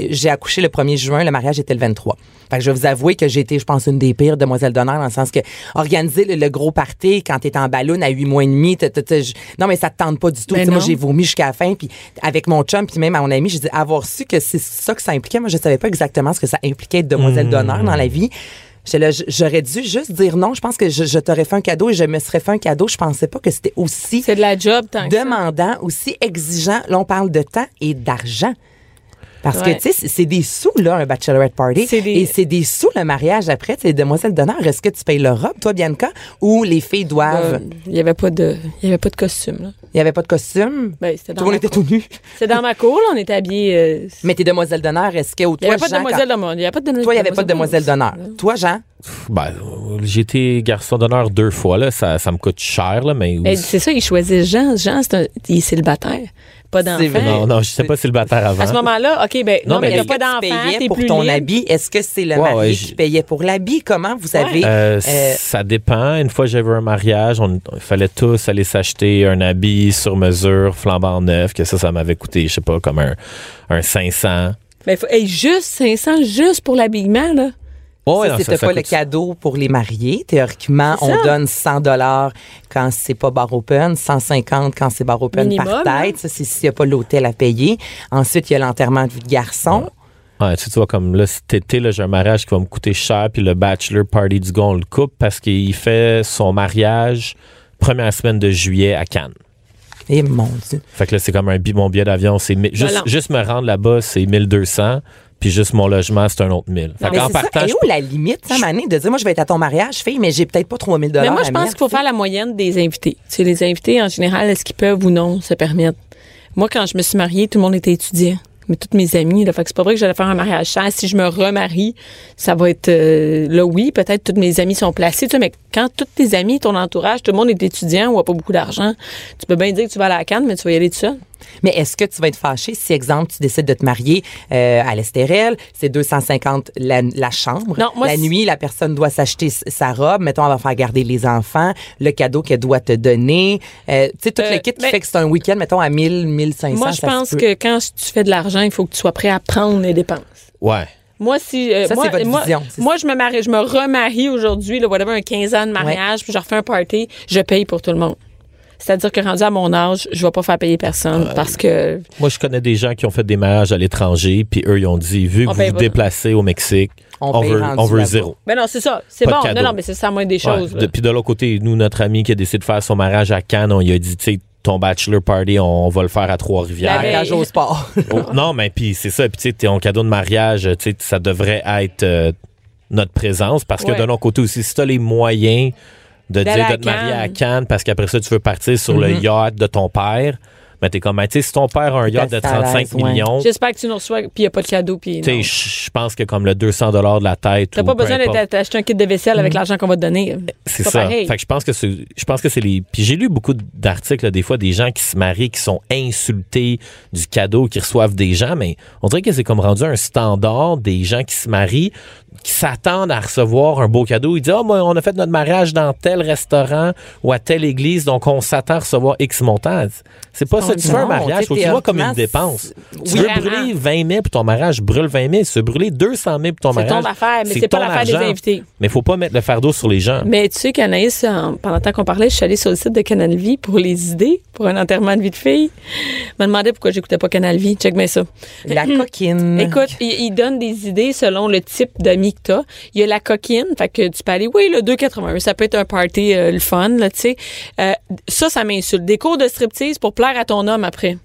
Speaker 5: j'ai accouché le 1er juin, le mariage était le 23. Fait que je vais vous avouer que j'ai été, je pense, une des pires demoiselles d'honneur dans le sens que organiser le, le gros party quand t'es en ballon à 8 mois et demi, t'as- t'as- t'as- je- non, mais ça te tente pas du tout.
Speaker 3: Ben
Speaker 5: Tu sais, moi,
Speaker 3: non.
Speaker 5: j'ai vomi jusqu'à la fin. Puis avec mon chum, puis même à mon ami, j'ai dit avoir su que c'est ça que ça impliquait. Moi, je savais pas exactement ce que ça impliquait être demoiselle d'honneur dans la vie. J'étais là, j- J'aurais dû juste dire non. Je pense que je, je t'aurais fait un cadeau et je me serais fait un cadeau. Je pensais pas que c'était aussi
Speaker 3: C'est de la job, tant que ça.
Speaker 5: demandant, aussi exigeant. Là, on parle de temps et d'argent. Parce
Speaker 3: Ouais.
Speaker 5: que, tu sais, c'est- c'est des sous, là, un bachelorette party.
Speaker 3: C'est des-
Speaker 5: Et c'est des sous, le mariage après. Tu sais, demoiselle d'honneur, est-ce que tu payes leur robe, toi, Bianca, ou les filles doivent.
Speaker 3: Euh, Il n'y avait pas de, il y avait pas de costume. Là.
Speaker 5: Il n'y avait pas de costume.
Speaker 3: Ben, c'était
Speaker 5: Tout
Speaker 3: dans,
Speaker 5: le monde
Speaker 3: ma...
Speaker 5: était tout nu.
Speaker 3: c'était dans ma cour. Là, on était habillés. euh,
Speaker 5: Mais tes demoiselles d'honneur, est-ce que. ou
Speaker 3: Il n'y
Speaker 5: toi,
Speaker 3: avait pas de
Speaker 5: Jean, quand-
Speaker 3: demoiselle d'honneur. Il n'y avait pas de demoiselle.
Speaker 5: Toi, il n'y avait pas de demoiselle d'honneur. Toi, Jean,
Speaker 4: Ben, euh, j'ai été garçon d'honneur deux fois, là. Ça, ça me coûte cher, là, mais.
Speaker 3: Ben, c'est ça, il choisit Jean. Jean, c'est un, il est célibataire. Pas
Speaker 5: C'est vrai.
Speaker 3: d'enfant.
Speaker 4: non, non, je sais pas célibataire avant.
Speaker 3: À ce moment-là, OK, ben, non,
Speaker 4: Non,
Speaker 3: mais,
Speaker 4: mais
Speaker 3: il n'y a
Speaker 4: est-ce
Speaker 3: pas
Speaker 5: que tu
Speaker 3: d'enfant,
Speaker 5: payais
Speaker 3: t'es
Speaker 5: pour
Speaker 3: plus
Speaker 5: ton
Speaker 3: libre.
Speaker 5: habit. Est-ce que c'est le
Speaker 4: Ouais,
Speaker 5: marié
Speaker 4: ouais,
Speaker 5: qui
Speaker 4: j'ai-
Speaker 5: payait pour l'habit? Comment vous avez.
Speaker 4: Euh,
Speaker 5: euh,
Speaker 4: ça dépend. Une fois, j'avais un mariage. On, il fallait tous aller s'acheter un habit sur mesure, flambant neuf, que ça, ça m'avait coûté, je sais pas, comme un, un 500.
Speaker 3: Mais Ben, faut, hey, juste 500, juste pour l'habillement, là.
Speaker 4: Oh, ouais,
Speaker 5: ça,
Speaker 4: non,
Speaker 5: c'était
Speaker 4: ça
Speaker 5: pas le
Speaker 4: coûte-
Speaker 5: cadeau pour les mariés. Théoriquement,
Speaker 3: C'est ça.
Speaker 5: on donne 100 dollars quand c'est pas bar open, 150 quand c'est bar open
Speaker 3: Minimum, hein?
Speaker 5: par tête. Ça, c'est s'il n'y a pas l'hôtel à payer. Ensuite, il y a l'enterrement de vie de garçon.
Speaker 4: Ouais, tu, sais, tu vois, comme là, cet été, là, j'ai un mariage qui va me coûter cher, puis le bachelor party du gars, on le coupe parce qu'il fait son mariage première semaine de juillet à Cannes.
Speaker 5: Et Eh, mon Dieu.
Speaker 4: Fait que là, c'est comme un bi- mon billet d'avion, c'est mi- juste,
Speaker 3: Voilà.
Speaker 4: juste me rendre là-bas, c'est 1200, puis juste mon logement, c'est un autre 1000. Fait
Speaker 3: Non,
Speaker 4: qu'en
Speaker 5: C'est ça.
Speaker 4: partant,
Speaker 5: Et
Speaker 4: je-
Speaker 5: où la limite, ça, Mané, de dire, moi, je vais être à ton mariage, fille, mais j'ai peut-être pas 3000 dollars.
Speaker 3: Mais moi, je pense qu'il faut faire la moyenne des invités. Tu sais, les invités, en général, est-ce qu'ils peuvent ou non se permettre? Moi, quand je me suis mariée, tout le monde était étudiant. mais toutes mes amies. Là, fait que c'est pas vrai que j'allais faire un mariage cher. Si je me remarie, ça va être euh, là oui, peut-être toutes mes amies sont placées, tu sais, mais quand toutes tes amies, ton entourage, tout le monde est étudiant ou a pas beaucoup d'argent, tu peux bien dire que tu vas à la canne, mais tu vas y aller tout seul.
Speaker 5: Mais est-ce que tu vas être fâché si, exemple, tu décides de te marier euh, à l'Estérel, c'est 250 la, la chambre.
Speaker 3: Non, moi,
Speaker 5: la
Speaker 3: c'est-
Speaker 5: nuit, la personne doit s'acheter s- sa robe. Mettons, elle va faire garder les enfants, le cadeau qu'elle doit te donner. Euh, tu sais, tout
Speaker 3: Euh,
Speaker 5: le kit qui
Speaker 3: mais-
Speaker 5: fait que c'est un week-end, mettons, à 1000, 1500.
Speaker 3: moi, je
Speaker 5: ça se
Speaker 3: pense
Speaker 5: peut.
Speaker 3: que quand tu fais de l'argent, il faut que tu sois prêt à prendre les dépenses.
Speaker 4: Ouais.
Speaker 3: Moi, si. euh,
Speaker 5: Ça, c'est
Speaker 3: moi,
Speaker 5: votre
Speaker 3: moi,
Speaker 5: vision, c'est
Speaker 3: moi, je me marie, je me remarie aujourd'hui, là, whatever, un 15 ans de mariage, puis je refais un party, je paye pour tout le monde. C'est-à-dire que rendu à mon âge, je vais pas faire payer personne
Speaker 5: Ah,
Speaker 3: parce que.
Speaker 4: Moi, je connais des gens qui ont fait des mariages à l'étranger, puis eux, ils ont dit, vu que
Speaker 3: On
Speaker 4: vous
Speaker 3: paye
Speaker 4: vous
Speaker 3: pas.
Speaker 4: déplacez au Mexique,
Speaker 5: On
Speaker 4: on,
Speaker 5: paye
Speaker 4: veut,
Speaker 5: rendu
Speaker 4: on veut
Speaker 5: là-bas.
Speaker 4: zéro.
Speaker 3: Ben non, c'est ça. C'est
Speaker 4: Pas de
Speaker 3: bon.
Speaker 4: cadeau.
Speaker 3: Non, non, mais c'est ça, moins des
Speaker 4: Ouais.
Speaker 3: choses. là.
Speaker 4: De- Puis de l'autre côté, nous, notre ami qui a décidé de faire son mariage à Cannes, on lui a dit, tu sais, ton bachelor party, on va le faire à Trois-Rivières.
Speaker 3: La
Speaker 5: Mariage
Speaker 3: veille.
Speaker 5: au sport.
Speaker 4: Oh, non, mais puis c'est ça. Puis tu sais, t'es en cadeau de mariage, tu sais, ça devrait être euh, notre présence. Parce que
Speaker 3: Ouais.
Speaker 4: de l'autre côté aussi, si t'as les moyens de
Speaker 3: D'aller
Speaker 4: dire
Speaker 3: à
Speaker 4: de te marier à
Speaker 3: Cannes. Mm-hmm.
Speaker 4: Cannes, parce qu'après ça, tu veux partir sur le yacht de ton père, mais t'es comme, ben, tu sais, si ton père a un yacht de
Speaker 5: assez à
Speaker 4: 35
Speaker 5: l'aise, ouais.
Speaker 4: millions, tu
Speaker 3: J'espère que tu nous reçois, puis il n'y a pas de cadeau, puis.
Speaker 4: sais,
Speaker 3: non.
Speaker 4: je je pense que comme le 200 de la tête.
Speaker 3: T'as
Speaker 4: ou
Speaker 3: pas
Speaker 4: peu
Speaker 3: besoin
Speaker 4: importe.
Speaker 3: d'être- d'acheter un kit de vaisselle
Speaker 5: Mm.
Speaker 3: avec l'argent qu'on va te donner.
Speaker 4: C'est
Speaker 3: pas
Speaker 4: ça.
Speaker 3: pareil.
Speaker 4: Fait que je pense que c'est, je pense que c'est les. Puis j'ai lu beaucoup d'articles là, des fois des gens qui se marient, qui sont insultés du cadeau qu'ils reçoivent des gens, mais on dirait que c'est comme rendu un standard des gens qui se marient, qui s'attendent à recevoir un beau cadeau. Ils disent ah moi on a fait notre mariage dans tel restaurant ou à telle église, donc on s'attend à recevoir X montant. C'est pas ça. Tu fais un
Speaker 5: Non,
Speaker 4: mariage,
Speaker 5: tu sais,
Speaker 4: faut que tu vois comme une
Speaker 5: théoriquement,
Speaker 4: dépense.
Speaker 5: c'est-
Speaker 4: Tu veux
Speaker 3: Vraiment.
Speaker 4: brûler 20 000 pour ton mariage, brûle 20 000. Se brûler 200 000 pour ton
Speaker 3: C'est
Speaker 4: mariage.
Speaker 3: ton affaire, mais c'est pas
Speaker 4: ton
Speaker 3: l'affaire des
Speaker 4: argent.
Speaker 3: invités.
Speaker 4: Mais faut pas mettre le fardeau sur les gens.
Speaker 3: Mais tu sais qu'Anaïs, en- pendant le temps qu'on parlait, je suis allée sur le site de Canal Vie pour les idées, pour un enterrement de vie de fille. Je me demandais pourquoi j'écoutais pas Canal Vie. Check bien ça.
Speaker 5: La coquine.
Speaker 3: Écoute, il, il donne des idées selon le type d'ami que t'as. Il y a la coquine, fait que tu peux aller, oui, le 2,81, ça peut être un party, euh, le fun, là, tu sais. Euh, ça, ça m'insulte. Des cours de striptease pour plaire à ton homme après.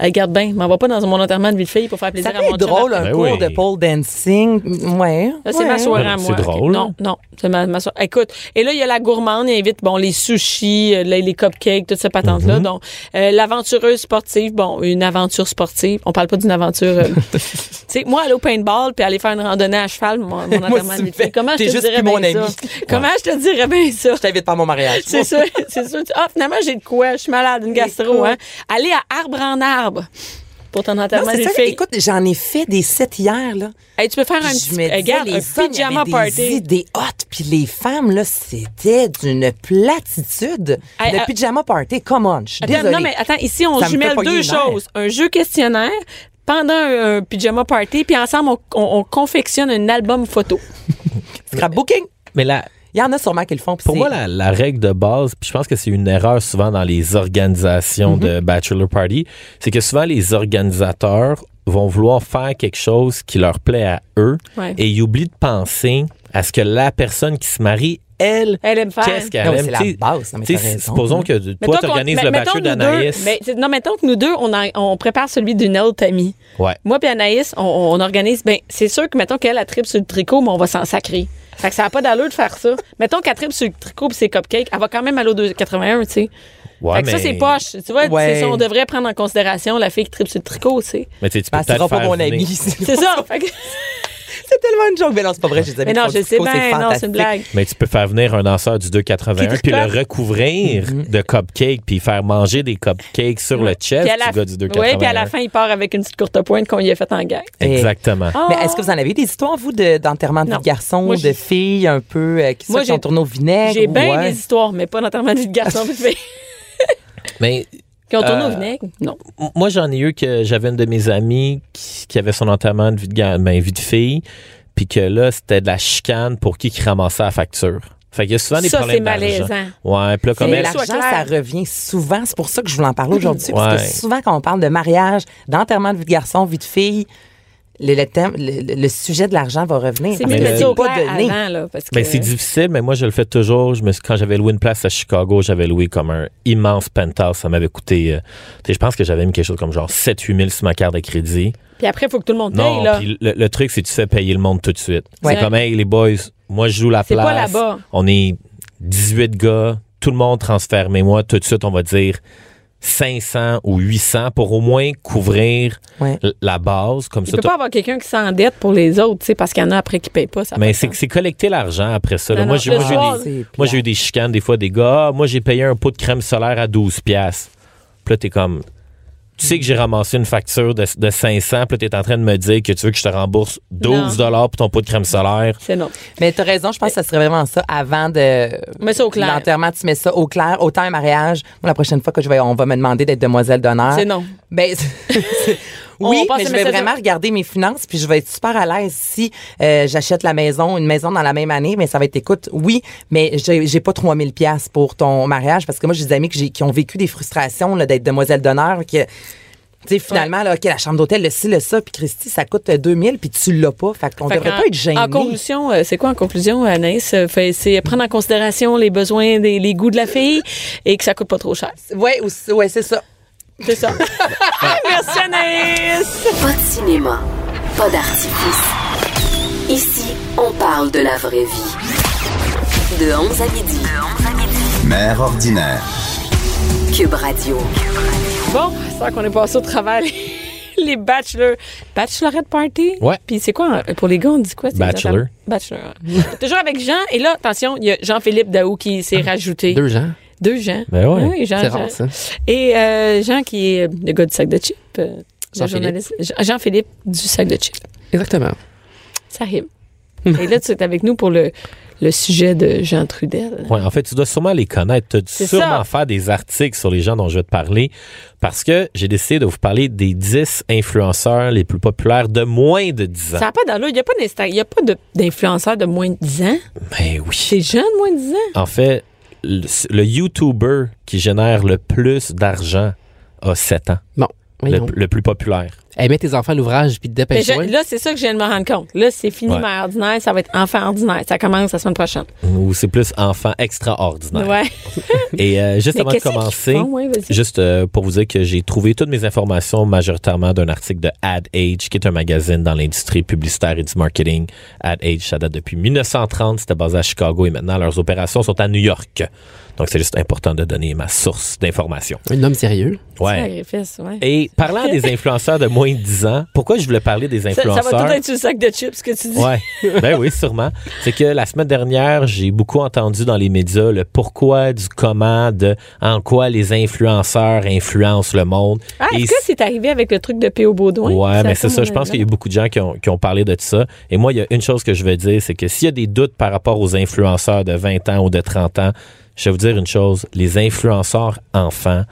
Speaker 3: Euh, Regarde bien, m'en va pas dans mon enterrement de vie de fille pour faire plaisir
Speaker 5: ça peut
Speaker 3: à mon
Speaker 5: être
Speaker 3: chum
Speaker 5: drôle,
Speaker 4: Ben
Speaker 5: un cours
Speaker 4: oui.
Speaker 5: de pole dancing. Ouais.
Speaker 3: Là, Ah, c'est
Speaker 5: ouais.
Speaker 3: ma soirée à
Speaker 4: C'est
Speaker 3: moi.
Speaker 4: drôle.
Speaker 3: Ok. Non, non. C'est ma, ma soirée. Écoute, et là, il y a la gourmande, il invite, bon, les sushis, euh, les, les cupcakes, toute cette patente-là.
Speaker 5: Mhm.
Speaker 3: Donc, euh, l'aventureuse sportive, bon, une aventure sportive. On parle pas d'une aventure. euh, tu sais, moi, aller au paintball puis aller faire une randonnée à cheval, mon, mon enterrement de vie de
Speaker 5: tu me
Speaker 3: fille,
Speaker 5: fais-
Speaker 3: Comment je
Speaker 5: t'es
Speaker 3: te
Speaker 5: juste
Speaker 3: dirais
Speaker 5: plus
Speaker 3: bien
Speaker 5: mon
Speaker 3: ça?
Speaker 5: ami.
Speaker 3: Comment je te dirais bien ça?
Speaker 5: Je t'invite pas à mon mariage.
Speaker 3: C'est ça, c'est ça. Tu- Ah, finalement, j'ai de quoi? Je suis malade, une gastro,
Speaker 5: Écoute.
Speaker 3: hein? Aller à arbre en arbre pour ton
Speaker 5: Non,
Speaker 3: enterrement
Speaker 5: c'est
Speaker 3: de vie
Speaker 5: ça.
Speaker 3: de fille.
Speaker 5: Écoute, j'en ai fait des sets hier, là.
Speaker 3: Hey, tu peux faire un
Speaker 5: Puis
Speaker 3: petit,
Speaker 5: je me disais,
Speaker 3: regarde,
Speaker 5: les
Speaker 3: un
Speaker 5: hommes
Speaker 3: pyjama
Speaker 5: avaient des
Speaker 3: party.
Speaker 5: idées hautes, puis les femmes, là, c'était d'une platitude.
Speaker 3: Hey,
Speaker 5: le
Speaker 3: euh,
Speaker 5: pyjama party, come on, je suis
Speaker 3: Attends,
Speaker 5: Ah, désolée.
Speaker 3: non, mais attends, ici, on
Speaker 5: Ça me
Speaker 3: jumelle
Speaker 5: fait pogner
Speaker 3: deux
Speaker 5: les nerfs.
Speaker 3: choses. Un jeu questionnaire pendant un, un pyjama party, puis ensemble, on, on- on confectionne un album photo. euh,
Speaker 5: Scrapbooking,
Speaker 4: Mais la,
Speaker 5: il y en a sûrement qui le font. puis
Speaker 4: Pour
Speaker 5: c'est-
Speaker 4: moi, la, la règle de base, puis je pense que c'est une erreur souvent dans les organisations
Speaker 5: Mm-hmm.
Speaker 4: de bachelor party, c'est que souvent les organisateurs vont vouloir faire quelque chose qui leur plaît à eux
Speaker 3: Ouais.
Speaker 4: et ils oublient de penser à ce que la personne qui se marie, elle,
Speaker 3: Elle aime faire.
Speaker 4: qu'est-ce qu'elle
Speaker 5: Non, mais
Speaker 4: aime.
Speaker 5: c'est la
Speaker 4: T'sais,
Speaker 5: base, non, mais
Speaker 4: t'sais,
Speaker 5: t'as raison.
Speaker 4: supposons que toi,
Speaker 3: Mettons
Speaker 4: tu
Speaker 3: qu'on-
Speaker 4: organises
Speaker 3: mais-
Speaker 4: le
Speaker 3: mettons
Speaker 4: bachelor
Speaker 3: nous
Speaker 4: d'Anaïs.
Speaker 3: deux- mais c'est- non, mettons que nous deux, on, en- on prépare celui d'une autre amie.
Speaker 4: Ouais.
Speaker 3: Moi puis Anaïs, on, on organise. Ben, c'est sûr que mettons qu'elle attripe sur le tricot, mais on va s'en sacrer. Fait que ça n'a pas d'allure de faire ça. mettons qu'elle attripe sur le tricot puis ses cupcakes, elle va quand même aller au 281, tu sais.
Speaker 4: Ouais,
Speaker 3: fait que ça,
Speaker 4: mais-
Speaker 3: c'est poche. Tu vois,
Speaker 5: Ouais.
Speaker 3: c'est ça, on devrait prendre en considération la fille qui tripe sur le tricot, tu sais.
Speaker 4: Mais tu sais, tu peux
Speaker 5: Ben, ce sera
Speaker 4: peut-être
Speaker 5: pas
Speaker 4: faire
Speaker 5: mon
Speaker 4: venir-
Speaker 5: ami.
Speaker 3: C'est
Speaker 5: C'est
Speaker 3: ça. fait que-
Speaker 5: tellement une joke. Mais non, c'est pas vrai, j'ai des amis
Speaker 3: Mais
Speaker 5: qui
Speaker 3: non,
Speaker 5: font
Speaker 3: je
Speaker 5: du
Speaker 3: sais
Speaker 5: tricot,
Speaker 3: bien, non, c'est
Speaker 5: fantastique.
Speaker 3: une blague.
Speaker 4: Mais tu peux faire venir un danseur du 281
Speaker 3: Qui
Speaker 4: puis Mm-hmm. le
Speaker 3: tricote.
Speaker 4: recouvrir de cupcakes puis faire manger des cupcakes sur le chest
Speaker 3: Puis à la-
Speaker 4: du gars du 281.
Speaker 3: Ouais, puis à la fin, il part avec une petite courte pointe qu'on lui a faite en gang.
Speaker 4: Exactement.
Speaker 3: Ah.
Speaker 5: Mais est-ce que vous en avez des histoires, vous, de- d'enterrement de, vie
Speaker 3: Oh. Non.
Speaker 5: de garçon,
Speaker 3: Moi,
Speaker 5: de
Speaker 3: j'ai-
Speaker 5: filles un peu euh, qui
Speaker 3: Moi,
Speaker 5: se sont
Speaker 3: j'ai-
Speaker 5: tournées au vinaigre?
Speaker 3: J'ai bien
Speaker 5: Eh, ouais.
Speaker 3: des histoires, mais pas notamment du garçon puis de filles
Speaker 4: Mais
Speaker 3: qui ont tourné
Speaker 4: Euh,
Speaker 3: au vinaigre. Non.
Speaker 4: M- Moi, j'en ai eu que j'avais une de mes amies qui, qui avait son enterrement de vie de, ga- ben, vie de fille, puis que là, c'était de la chicane pour qui qui ramassait la facture. Fait qu'il y a souvent des
Speaker 3: Ça,
Speaker 4: problèmes
Speaker 3: c'est
Speaker 4: d'argent.
Speaker 3: malaisant.
Speaker 4: Ouais, puis là, comme
Speaker 3: Mais
Speaker 5: Mais
Speaker 4: elle-
Speaker 3: la-
Speaker 5: l'argent,
Speaker 3: sois clair.
Speaker 5: ça revient souvent. C'est pour ça que je voulais en parler aujourd'hui. Parce
Speaker 4: Ouais.
Speaker 5: que souvent, quand on parle de mariage, d'enterrement de vie de garçon, vie de fille, le, le thème, le, le- le sujet de l'argent va revenir.
Speaker 3: C'est
Speaker 5: Parce
Speaker 3: mieux de
Speaker 5: que
Speaker 3: le
Speaker 4: le-
Speaker 3: dire au
Speaker 5: c'est
Speaker 3: clair avant, là, parce que
Speaker 4: Ben, c'est difficile, mais moi, je le fais toujours. Je me suis- quand j'avais loué une place à Chicago, j'avais loué comme un immense penthouse. Ça m'avait coûté, euh, tu sais, je pense que j'avais mis quelque chose comme genre 7-8 000 sur ma carte de crédit.
Speaker 3: Puis après, il faut que tout le monde
Speaker 4: Non,
Speaker 3: paye, là.
Speaker 4: puis le, le truc, c'est que tu fais payer le monde tout de suite.
Speaker 3: Ouais.
Speaker 4: C'est comme, hey, les boys, moi, je joue la
Speaker 3: C'est
Speaker 4: place.
Speaker 3: pas là-bas.
Speaker 4: On est 18 gars, tout le monde transfère, mais moi, tout de suite, on va dire 500 ou 800 pour au moins couvrir
Speaker 5: Ouais.
Speaker 4: l- la base. Comme
Speaker 3: Il
Speaker 4: ça,
Speaker 3: peut
Speaker 4: t'as-
Speaker 3: pas avoir quelqu'un qui s'endette pour les autres, tu sais, parce qu'il y en a après qui payent pas. Ça a pas
Speaker 4: mais
Speaker 3: de
Speaker 4: c'est
Speaker 3: sens.
Speaker 4: c'est collecter l'argent après ça. là.
Speaker 3: Non,
Speaker 4: moi,
Speaker 3: non,
Speaker 4: j'ai
Speaker 3: le
Speaker 4: moi, j'ai
Speaker 3: soir,
Speaker 4: eu des-
Speaker 5: C'est
Speaker 4: moi,
Speaker 5: plate.
Speaker 4: j'ai eu des chicanes des fois des gars. Ah, Moi, j'ai payé un pot de crème solaire à 12 pièces. Puis là, t'es comme... Tu sais que j'ai ramassé une facture de, de 500, puis là, t'es en train de me dire que tu veux que je te rembourse 12 dollars pour ton pot de crème solaire.
Speaker 3: C'est non.
Speaker 5: Mais t'as raison, je pense que ça serait vraiment ça avant de.
Speaker 3: Mets ça au clair.
Speaker 5: L'enterrement, tu mets ça au clair. Autant un mariage. Moi, la prochaine fois que je vais, on va me demander d'être demoiselle d'honneur.
Speaker 3: C'est non.
Speaker 5: Ben, c'est-
Speaker 3: On
Speaker 5: oui,
Speaker 3: passe
Speaker 5: mais
Speaker 3: le
Speaker 5: je vais
Speaker 3: message-
Speaker 5: vraiment regarder mes finances, puis je vais être super à l'aise si euh, j'achète la maison, une maison dans la même année, mais ça va être écoute, oui, mais j'ai j'ai pas 3000 pièces pour ton mariage parce que moi j'ai des amis que j'ai- qui ont vécu des frustrations là, d'être demoiselle d'honneur que tu sais, finalement, là, OK, la chambre d'hôtel, le ci, le ça, puis Christy, ça coûte euh, 2000, puis tu l'as pas. Fait qu'on
Speaker 3: Fait
Speaker 5: devrait
Speaker 3: qu'en-
Speaker 5: pas être gêné.
Speaker 3: En conclusion, euh, c'est quoi en conclusion, Anaïs? Euh, fait- C'est prendre en considération les besoins, des- les goûts de la fille et que ça coûte pas trop cher.
Speaker 5: Ouais, ou- ouais, c'est ça.
Speaker 3: C'est ça. Merci, Anaïs!
Speaker 1: Pas de cinéma, pas d'artifice. Ici, on parle de la vraie vie. De 11 à midi.
Speaker 2: Mère ordinaire.
Speaker 1: Cube Radio.
Speaker 3: Bon, c'est vrai qu'on est passé au travail. Les bachelors. Bachelorette party?
Speaker 4: Ouais.
Speaker 3: Puis c'est quoi, euh, pour les gars, on dit quoi? c'est
Speaker 4: Bachelor.
Speaker 3: exactement? Bachelor. ouais. Toujours avec Jean. Et là, attention, il y a Jean-Philippe Daou qui s'est rajouté.
Speaker 6: Deux gens.
Speaker 3: Deux Jean. Ah
Speaker 4: Ben ouais.
Speaker 3: Oui, Jean,
Speaker 6: C'est
Speaker 3: Jean.
Speaker 6: rare, ça.
Speaker 3: Et euh, Jean qui est le gars du sac de chips. euh, le
Speaker 6: Jean-Philippe.
Speaker 3: journaliste- Jean- Jean-Philippe du sac de chips.
Speaker 6: Exactement.
Speaker 3: Ça rime. Et là, tu es avec nous pour le, le sujet de Jean Trudel.
Speaker 4: Ouais, en fait, tu dois sûrement les connaître. Tu
Speaker 3: C'est
Speaker 4: dois sûrement
Speaker 3: ça.
Speaker 4: faire des articles sur les gens dont je vais te parler parce que j'ai décidé de vous parler des 10 influenceurs les plus populaires de moins de 10 ans.
Speaker 3: Ça n'a pas d'allure. Il n'y a pas d'Insta- il y a pas de- d'influenceur de moins de 10 ans.
Speaker 4: Ben oui.
Speaker 3: C'est Jean de moins de 10 ans.
Speaker 4: En fait, le, le YouTuber qui génère le plus d'argent a 7 ans.
Speaker 6: Bon.
Speaker 4: Le,
Speaker 6: voyons.
Speaker 4: le plus populaire.
Speaker 6: Hey, mets tes enfants à l'ouvrage puis te
Speaker 3: Mais
Speaker 6: dépêche-toi.
Speaker 3: je- là, c'est ça que je viens de me rendre compte. Là, c'est fini,
Speaker 4: Ben, Ouais.
Speaker 3: mère ordinaire. Ça va être enfant ordinaire. Ça commence la semaine prochaine.
Speaker 4: Ou c'est plus enfant extraordinaire.
Speaker 3: Ouais.
Speaker 4: Et euh, juste
Speaker 3: Mais
Speaker 4: avant de
Speaker 3: qu'est-ce qu'ils
Speaker 4: commencer,
Speaker 3: font? Ouais, vas-y.
Speaker 4: Juste euh, pour vous dire que j'ai trouvé toutes mes informations majoritairement d'un article de Ad Age, qui est un magazine dans l'industrie publicitaire et du marketing. Ad Age, ça date depuis 1930, c'était basé à Chicago et maintenant leurs opérations sont à New York. Donc c'est juste important de donner ma source d'information.
Speaker 6: Un homme sérieux.
Speaker 3: Ça,
Speaker 4: Ouais.
Speaker 3: les fesses, ouais.
Speaker 4: Et parlant des influenceurs de moins de 10 ans, pourquoi je voulais parler des
Speaker 3: Ça, ça
Speaker 4: influenceurs?
Speaker 3: va tout être sur le sac de chips, ce que tu dis.
Speaker 4: Ouais, ben oui, sûrement. C'est que la semaine dernière, j'ai beaucoup entendu dans les médias le pourquoi, du comment, de en quoi les influenceurs influencent le monde.
Speaker 3: Ah,
Speaker 4: Et
Speaker 3: est-ce que c'est arrivé avec le truc de P.O. Baudouin?
Speaker 4: Ouais, mais c'est ça.
Speaker 3: mon
Speaker 4: Je pense
Speaker 3: avis.
Speaker 4: qu'il y a beaucoup de gens qui ont, qui ont parlé de ça. Et moi, il y a une chose que je veux dire, c'est que s'il y a des doutes par rapport aux influenceurs de 20 ans ou de 30 ans, je vais vous dire une chose. Les influenceurs enfants,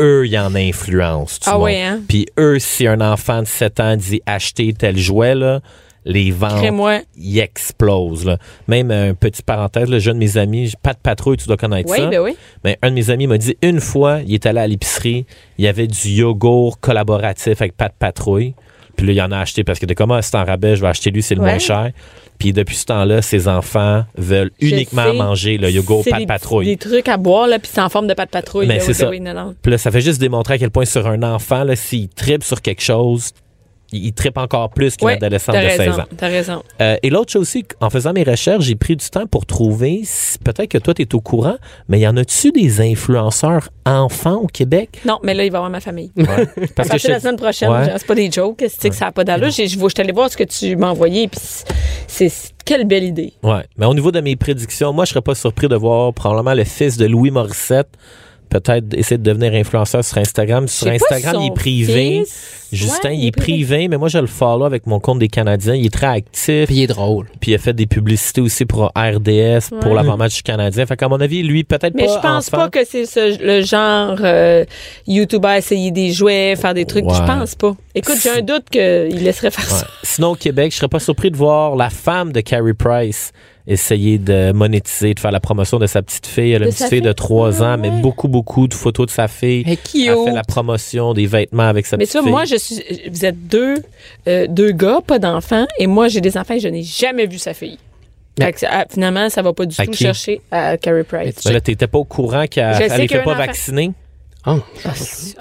Speaker 4: eux, ils en influencent. du
Speaker 3: Ah
Speaker 4: monde.
Speaker 3: ouais, hein?
Speaker 4: Puis eux, si un enfant de 7 ans dit acheter tel jouet, là, les ventes,
Speaker 3: Crée-moi.
Speaker 4: ils explosent. là. Même, euh, une petite parenthèse, le jeune de mes amis, pas de patrouille, tu dois connaître
Speaker 3: Oui,
Speaker 4: ça.
Speaker 3: ben oui.
Speaker 4: Mais un de mes amis m'a dit une fois, il est allé à l'épicerie, il y avait du yogourt collaboratif avec Pat Patrouille. Puis là, il en a acheté parce que de comment c'est en rabais, je vais acheter lui, c'est le
Speaker 3: Ouais.
Speaker 4: moins cher. Puis depuis ce temps-là, ses enfants veulent
Speaker 3: Je
Speaker 4: uniquement
Speaker 3: sais.
Speaker 4: manger le yogourt
Speaker 3: C'est
Speaker 4: Pat
Speaker 3: des-
Speaker 4: Patrouille.
Speaker 3: Des trucs à boire, là, puis c'est en forme de pâte patrouille.
Speaker 4: Mais
Speaker 3: là,
Speaker 4: c'est
Speaker 3: oui, ben
Speaker 4: ça.
Speaker 3: oui, non, non.
Speaker 4: Puis là, ça fait juste démontrer à quel point sur un enfant, là, s'il tripe sur quelque chose, il il tripe encore plus qu'une
Speaker 3: Ouais,
Speaker 4: adolescente de
Speaker 3: t'as
Speaker 4: 16
Speaker 3: raison,
Speaker 4: ans.
Speaker 3: t'as raison.
Speaker 4: Euh, et l'autre chose aussi, en faisant mes recherches, j'ai pris du temps pour trouver, si- peut-être que toi, tu es au courant, mais y en a-tu des influenceurs enfants au Québec?
Speaker 3: Non, mais là, il va y avoir ma famille. Parce
Speaker 4: Parce que
Speaker 3: que la semaine prochaine,
Speaker 4: Ouais.
Speaker 3: genre, c'est pas des jokes, c'est que ça n'a pas d'allure. J'ai- Je vais- je suis allée voir ce que tu m'as envoyé, puis c'est c'est- quelle belle idée.
Speaker 4: Ouais. Mais au niveau de mes prédictions, moi, je serais pas surpris de voir probablement le fils de Louis Morissette peut-être essayer de devenir influenceur sur Instagram. Sur
Speaker 3: Je sais pas
Speaker 4: Instagram,
Speaker 3: son
Speaker 4: il est privé.
Speaker 3: fils.
Speaker 4: Justin,
Speaker 3: Ouais,
Speaker 4: il est privé, mais moi, je le follow avec mon compte des Canadiens. Il est très actif.
Speaker 6: Puis il est drôle.
Speaker 4: Puis il a fait des publicités aussi pour RDS, pour l'avant-match du Canadien. Fait qu'à mon avis, lui, peut-être
Speaker 3: Mais
Speaker 4: pas
Speaker 3: je pense pas
Speaker 4: enfant.
Speaker 3: que c'est ce- le genre euh, YouTuber essayer des jouets, faire des trucs.
Speaker 4: Ouais.
Speaker 3: Je pense pas. Écoute, j'ai un doute qu'il laisserait faire
Speaker 4: Ouais.
Speaker 3: ça.
Speaker 4: Sinon, au Québec, je serais pas surpris de voir la femme de Carrie Price essayer de monétiser, de faire la promotion de sa petite fille. Elle a
Speaker 3: De
Speaker 4: une
Speaker 3: sa
Speaker 4: petite fille de
Speaker 3: fille?
Speaker 4: 3
Speaker 3: Ah,
Speaker 4: ans, mais
Speaker 3: ouais.
Speaker 4: beaucoup, beaucoup de photos de sa fille.
Speaker 6: Mais qui oh?
Speaker 4: Elle fait la promotion des vêtements avec sa
Speaker 3: Mais
Speaker 4: petite
Speaker 3: tu vois,
Speaker 4: fille.
Speaker 3: moi, je suis, vous êtes deux, euh, deux gars, pas d'enfants, et moi, j'ai des enfants et je n'ai jamais vu sa fille.
Speaker 6: Mais-
Speaker 3: Fait que, ah, finalement, ça va pas du
Speaker 4: À
Speaker 3: tout
Speaker 4: qui?
Speaker 3: chercher à Carrie Price.
Speaker 4: Mais là, t'étais pas au courant qu'elle
Speaker 3: Je sais
Speaker 4: n'était
Speaker 3: qu'il y a
Speaker 4: pas
Speaker 3: un enfant.
Speaker 4: vaccinée.
Speaker 6: Oh.
Speaker 4: T'as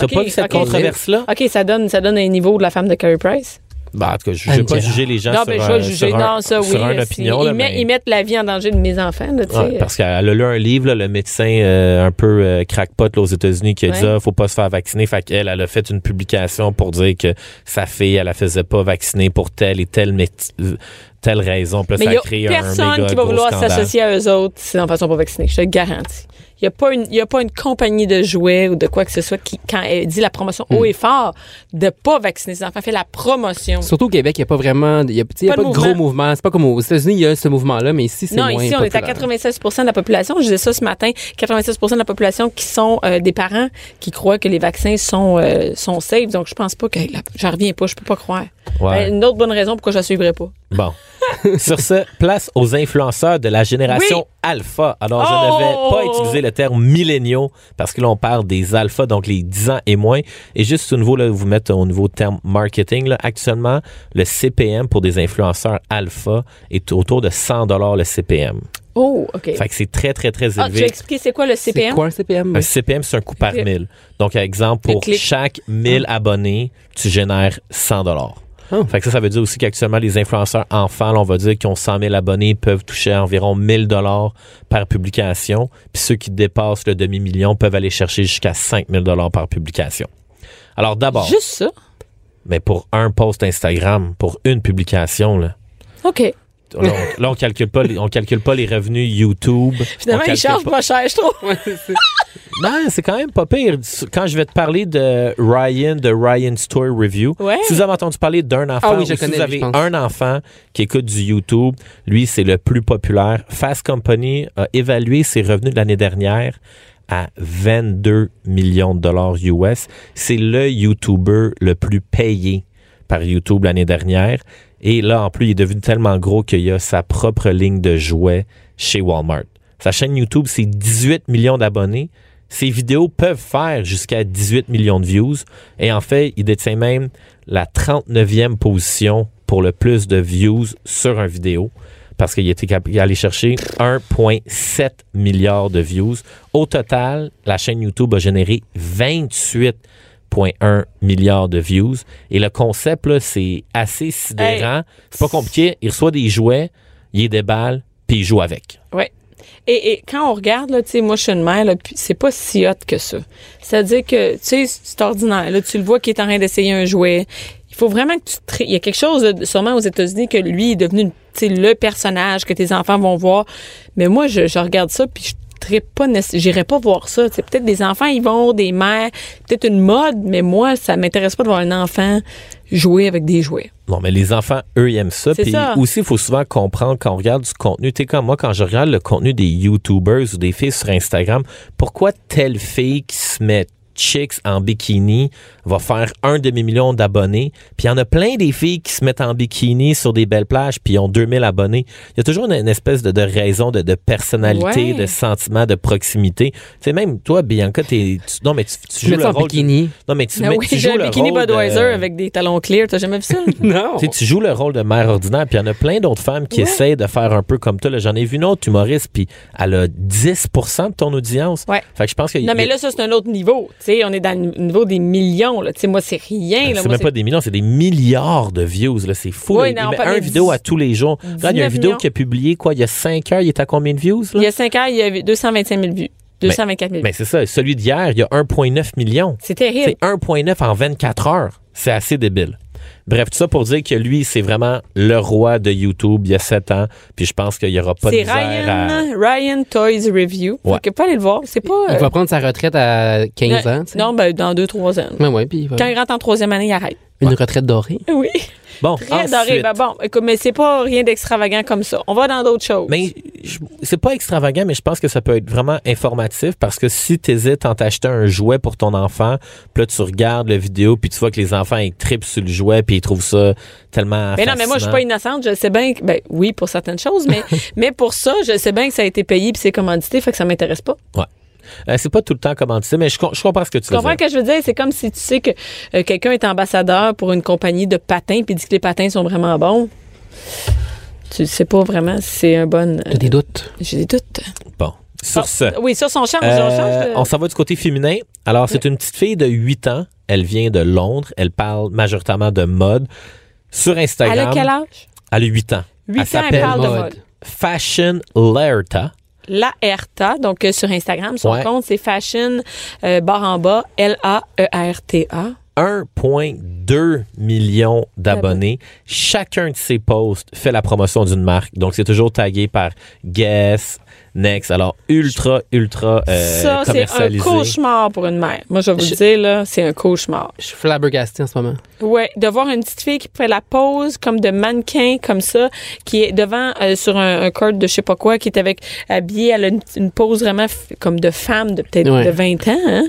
Speaker 3: Ok,
Speaker 4: pas vu cette
Speaker 3: Ah, ok.
Speaker 4: controverse-là?
Speaker 3: OK, ça donne, ça donne un niveau de la femme de Carrie Price.
Speaker 4: Ben, en tout cas, je ne vais pas
Speaker 6: Angela.
Speaker 4: juger les gens
Speaker 3: non,
Speaker 4: sur,
Speaker 3: mais je
Speaker 4: un-
Speaker 3: vais juger.
Speaker 4: sur un-
Speaker 3: Non, ça, oui.
Speaker 4: sur une
Speaker 3: c'est-
Speaker 4: opinion.
Speaker 3: ils,
Speaker 4: là,
Speaker 3: met-
Speaker 4: mais-
Speaker 3: ils mettent la vie en danger de mes enfants, là, tu
Speaker 4: Ouais,
Speaker 3: sais.
Speaker 4: parce qu'elle a lu un livre, là, le médecin euh, un peu euh, crackpot là, aux États-Unis qui a dit
Speaker 3: Ouais.
Speaker 4: ah, faut pas se faire vacciner. Fait qu'elle, elle a fait une publication pour dire que sa fille, elle la faisait pas vacciner pour telle et telle, mét- euh, telle raison. Puis là,
Speaker 3: euh, Mais
Speaker 4: ça
Speaker 3: il
Speaker 4: a
Speaker 3: n'y
Speaker 4: créé
Speaker 3: a
Speaker 4: un
Speaker 3: personne
Speaker 4: méga
Speaker 3: qui va
Speaker 4: gros
Speaker 3: vouloir
Speaker 4: scandale.
Speaker 3: s'associer à eux autres si en façon pas vaccinée. Je te le garantis. Il n'y a, pas une- il y a pas une compagnie de jouets ou de quoi que ce soit qui, quand elle dit la promotion
Speaker 4: Hmm.
Speaker 3: haut et fort, de pas vacciner ses enfants, fait la promotion.
Speaker 6: Surtout au Québec, il n'y a pas vraiment. Il n'y a, tu sais, il y a
Speaker 3: Pas
Speaker 6: pas
Speaker 3: de
Speaker 6: de gros
Speaker 3: mouvement.
Speaker 6: mouvements. C'est pas comme aux États-Unis, il y a ce mouvement-là, mais ici, c'est
Speaker 3: Non,
Speaker 6: moins
Speaker 3: ici, on est à
Speaker 6: populaire.
Speaker 3: 96 de la population. Je disais ça ce matin. 96 de la population qui sont euh, des parents qui croient que les vaccins sont, euh, sont safe. Donc, je pense pas que... la- J'en reviens pas. Je peux pas croire.
Speaker 4: Ouais.
Speaker 3: Ben, une autre bonne raison pourquoi je la suivrais pas.
Speaker 4: Bon. Sur ce, place aux influenceurs de la génération
Speaker 3: Oui.
Speaker 4: alpha. Alors,
Speaker 3: Oh!
Speaker 4: je ne vais pas utiliser le terme milléniaux parce que là, on parle des alphas, donc les 10 ans et moins. Et juste au niveau, là, vous mettre au niveau terme marketing, là, actuellement, le CPM pour des influenceurs alpha est autour de 100 le CPM.
Speaker 3: Oh, OK.
Speaker 4: Fait que c'est très, très, très
Speaker 3: Ah, tu as
Speaker 4: élevé.
Speaker 3: expliqué c'est quoi le
Speaker 6: C'est
Speaker 3: CPM?
Speaker 6: quoi un CPM?
Speaker 4: un CPM, Ah, c'est un coût par
Speaker 3: Ok.
Speaker 4: 1000. Donc, par exemple,
Speaker 3: Un
Speaker 4: pour
Speaker 3: clic. Ah.
Speaker 4: chaque 1000 abonnés, tu génères 100
Speaker 6: Oh.
Speaker 4: Fait que ça, ça veut dire aussi qu'actuellement, les influenceurs enfants, là, on va dire, qui ont 100 000 abonnés, peuvent toucher à environ 1000 par publication. Puis ceux qui dépassent le demi-million peuvent aller chercher jusqu'à 5000 par publication. Alors d'abord,
Speaker 3: Juste ça?
Speaker 4: mais pour un post Instagram, pour une publication, là,
Speaker 3: OK.
Speaker 4: on- là, on, calcule pas, les- on calcule pas les revenus YouTube.
Speaker 3: Finalement, ils
Speaker 4: on calcule
Speaker 3: chargent
Speaker 4: pas-
Speaker 3: pas cher, je trouve.
Speaker 4: Non, Ben, c'est quand même pas pire. Quand je vais te parler de Ryan, de Ryan Story Review,
Speaker 3: Ouais.
Speaker 4: si vous avez entendu parler d'un enfant,
Speaker 6: Ah oui, je
Speaker 4: ou si
Speaker 6: connais,
Speaker 4: vous
Speaker 6: lui,
Speaker 4: avez
Speaker 6: je pense.
Speaker 4: un enfant qui écoute du YouTube, lui, c'est le plus populaire. Fast Company a évalué ses revenus de l'année dernière à 22 millions de dollars US. C'est le YouTuber le plus payé par YouTube l'année dernière. Et là, en plus, il est devenu tellement gros qu'il a sa propre ligne de jouets chez Walmart. Sa chaîne YouTube, c'est 18 millions d'abonnés. Ses vidéos peuvent faire jusqu'à 18 millions de views. Et en fait, il détient même la 39e position pour le plus de views sur un vidéo parce qu'il était cap- allé chercher 1,7 milliard de views. Au total, la chaîne YouTube a généré 28,1 milliard de views. Et le concept, là, c'est assez sidérant. C'est pas compliqué. Il reçoit des jouets, il les déballe, puis il joue avec.
Speaker 3: Ouais. Et, et quand on regarde, là, tu sais, moi, je suis une mère, là, puis c'est pas si hot que ça. C'est-à-dire que, tu sais, c'est ordinaire. Là, tu le vois qui est en train d'essayer un jouet. Il faut vraiment que tu te... ré- Il y a quelque chose, de- sûrement aux États-Unis, que lui est devenu, tu sais, le personnage que tes enfants vont voir. Mais moi, je, je regarde ça, puis je trippe pas nécess- j'irai pas voir ça c'est peut-être des enfants ils vont des mères peut-être une mode mais moi ça m'intéresse pas de voir un enfant jouer avec des jouets
Speaker 4: Non, mais les enfants, eux, ils aiment ça.
Speaker 3: C'est
Speaker 4: Puis
Speaker 3: ça.
Speaker 4: aussi, il faut souvent comprendre quand on regarde du contenu. Tu sais, comme moi, quand je regarde le contenu des YouTubers ou des filles sur Instagram, pourquoi telle fille qui se met chicks en bikini va faire un demi-million d'abonnés? Puis il y en a plein des filles qui se mettent en bikini sur des belles plages puis ils ont 2000 abonnés. Il y a toujours une, une espèce de, de raison, de, de
Speaker 3: Ouais.
Speaker 4: personnalité, de sentiment, de proximité. Tu sais, même toi, Bianca, t'es- tu, non, mais tu, tu
Speaker 6: Je
Speaker 4: joues
Speaker 6: mets
Speaker 4: le
Speaker 6: ça en
Speaker 4: rôle...
Speaker 6: bikini.
Speaker 4: Non, mais tu,
Speaker 3: Ah
Speaker 4: mets-
Speaker 3: oui,
Speaker 4: tu
Speaker 3: j'ai
Speaker 4: joues
Speaker 3: un
Speaker 4: le
Speaker 3: bikini
Speaker 4: rôle de-
Speaker 3: Budweiser avec des talons clear t'as jamais vu ça là?
Speaker 6: Non.
Speaker 4: tu sais, tu joues le rôle de mère ordinaire, puis il y en a plein d'autres femmes qui
Speaker 3: Ouais.
Speaker 4: essayent de faire un peu comme toi. là. J'en ai vu une autre humoriste, puis elle a 10 de ton audience.
Speaker 3: Ouais.
Speaker 4: Fait que je pense que.
Speaker 3: Non, mais là, ça, c'est un autre niveau. Tu sais, on est dans le niveau des millions. Là. Tu sais, moi, c'est rien. Là.
Speaker 4: Ben, c'est
Speaker 3: Moi,
Speaker 4: même
Speaker 3: c'est-
Speaker 4: pas des millions, c'est des milliards de views. là. C'est fou.
Speaker 3: Oui, non,
Speaker 4: là. il
Speaker 3: on
Speaker 4: met
Speaker 3: parle
Speaker 4: un
Speaker 3: de
Speaker 4: vidéo
Speaker 3: dix-
Speaker 4: à tous les jours. Regarde, il y
Speaker 3: 19
Speaker 4: a une vidéo
Speaker 3: millions.
Speaker 4: qui a publié, quoi, il y a 5 heures. Il est à combien de views? Là?
Speaker 3: Il y a 5 ans, il y avait 225 000 vues.
Speaker 4: Ben,
Speaker 3: 224 000 vues.
Speaker 4: Mais c'est ça. Celui d'hier, il y a 1,9 million.
Speaker 3: C'est terrible.
Speaker 4: C'est 1,9 en 24 heures. C'est assez débile. Bref, tout ça pour dire que lui, c'est vraiment le roi de YouTube il y a 7 ans. Puis je pense qu'il n'y aura pas de
Speaker 3: C'est
Speaker 4: misère à...
Speaker 3: Ryan, Ryan Toys Review.
Speaker 4: Ouais.
Speaker 3: Fait que pas aller le voir. C'est pas.
Speaker 6: Il
Speaker 3: euh,
Speaker 6: va prendre sa retraite à 15
Speaker 3: non,
Speaker 6: ans. tu sais.
Speaker 3: non, ben, dans 2-3 ans.
Speaker 6: Ouais, ouais, puis il va-
Speaker 3: Quand il rentre en troisième année, il arrête.
Speaker 6: une retraite dorée.
Speaker 3: Oui.
Speaker 4: Bon,
Speaker 3: Très
Speaker 4: ensuite,
Speaker 3: doré. Ben bon, écoute, mais c'est pas rien d'extravagant comme ça. On va dans d'autres choses.
Speaker 4: Mais je- c'est pas extravagant, mais je pense que ça peut être vraiment informatif parce que si tu hésites en t'achetant un jouet pour ton enfant, puis là tu regardes la vidéo, puis tu vois que les enfants ils tripent sur le jouet, puis ils trouvent ça tellement
Speaker 3: Mais non, mais moi, je suis pas
Speaker 4: fascinant.
Speaker 3: innocente. Je sais bien que, ben oui, pour certaines choses, mais, mais pour ça, je sais bien que ça a été payé puis c'est commandité, fait que ça m'intéresse pas.
Speaker 4: Euh, c'est pas tout le temps comment tu sais, mais je, com- je comprends ce que tu
Speaker 3: Tu
Speaker 4: veux
Speaker 3: comprends
Speaker 4: dire.
Speaker 3: ce que je veux dire? C'est comme si tu sais que euh, quelqu'un est ambassadeur pour une compagnie de patins puis dit que les patins sont vraiment bons. Tu sais pas vraiment si c'est un bon. euh,
Speaker 6: T'as des doutes.
Speaker 3: J'ai des doutes.
Speaker 4: Bon, sur
Speaker 3: Ah,
Speaker 4: ce,
Speaker 3: Oui, sur son change.
Speaker 4: euh,
Speaker 3: on change de-
Speaker 4: on s'en va du côté féminin. Alors, c'est une petite fille de 8 ans. Elle vient de Londres. Elle parle majoritairement de mode. sur
Speaker 3: Elle a
Speaker 4: Instagram.
Speaker 3: quel âge?
Speaker 4: Elle a 8 ans.
Speaker 3: 8
Speaker 4: Elle
Speaker 3: ans, elle
Speaker 4: s'appelle
Speaker 3: parle de
Speaker 6: Mode.
Speaker 3: mode.
Speaker 4: Fashion Lerta.
Speaker 3: La Herta, donc euh, sur Instagram, son
Speaker 4: Ouais.
Speaker 3: compte c'est fashion euh, barre en bas L A E R T A.
Speaker 4: 1,2 million d'abonnés. Chacun de ses posts fait la promotion d'une marque. Donc, c'est toujours tagué par Guess, Next. Alors, ultra, ultra euh,
Speaker 3: ça c'est un
Speaker 4: commercialisé.
Speaker 3: cauchemar pour une mère. Moi je vais vous
Speaker 6: Je-
Speaker 3: le dire là, c'est un cauchemar.
Speaker 6: Je suis flabbergasté en ce moment.
Speaker 3: Ouais, de voir une petite fille qui fait la pose comme de mannequin comme ça, qui est devant euh, sur un, un court de je sais pas quoi, qui est avec habillée, elle a une, une pose vraiment f- comme de femme de peut-être
Speaker 6: Ouais.
Speaker 3: de 20 ans. Hein?
Speaker 4: Euh.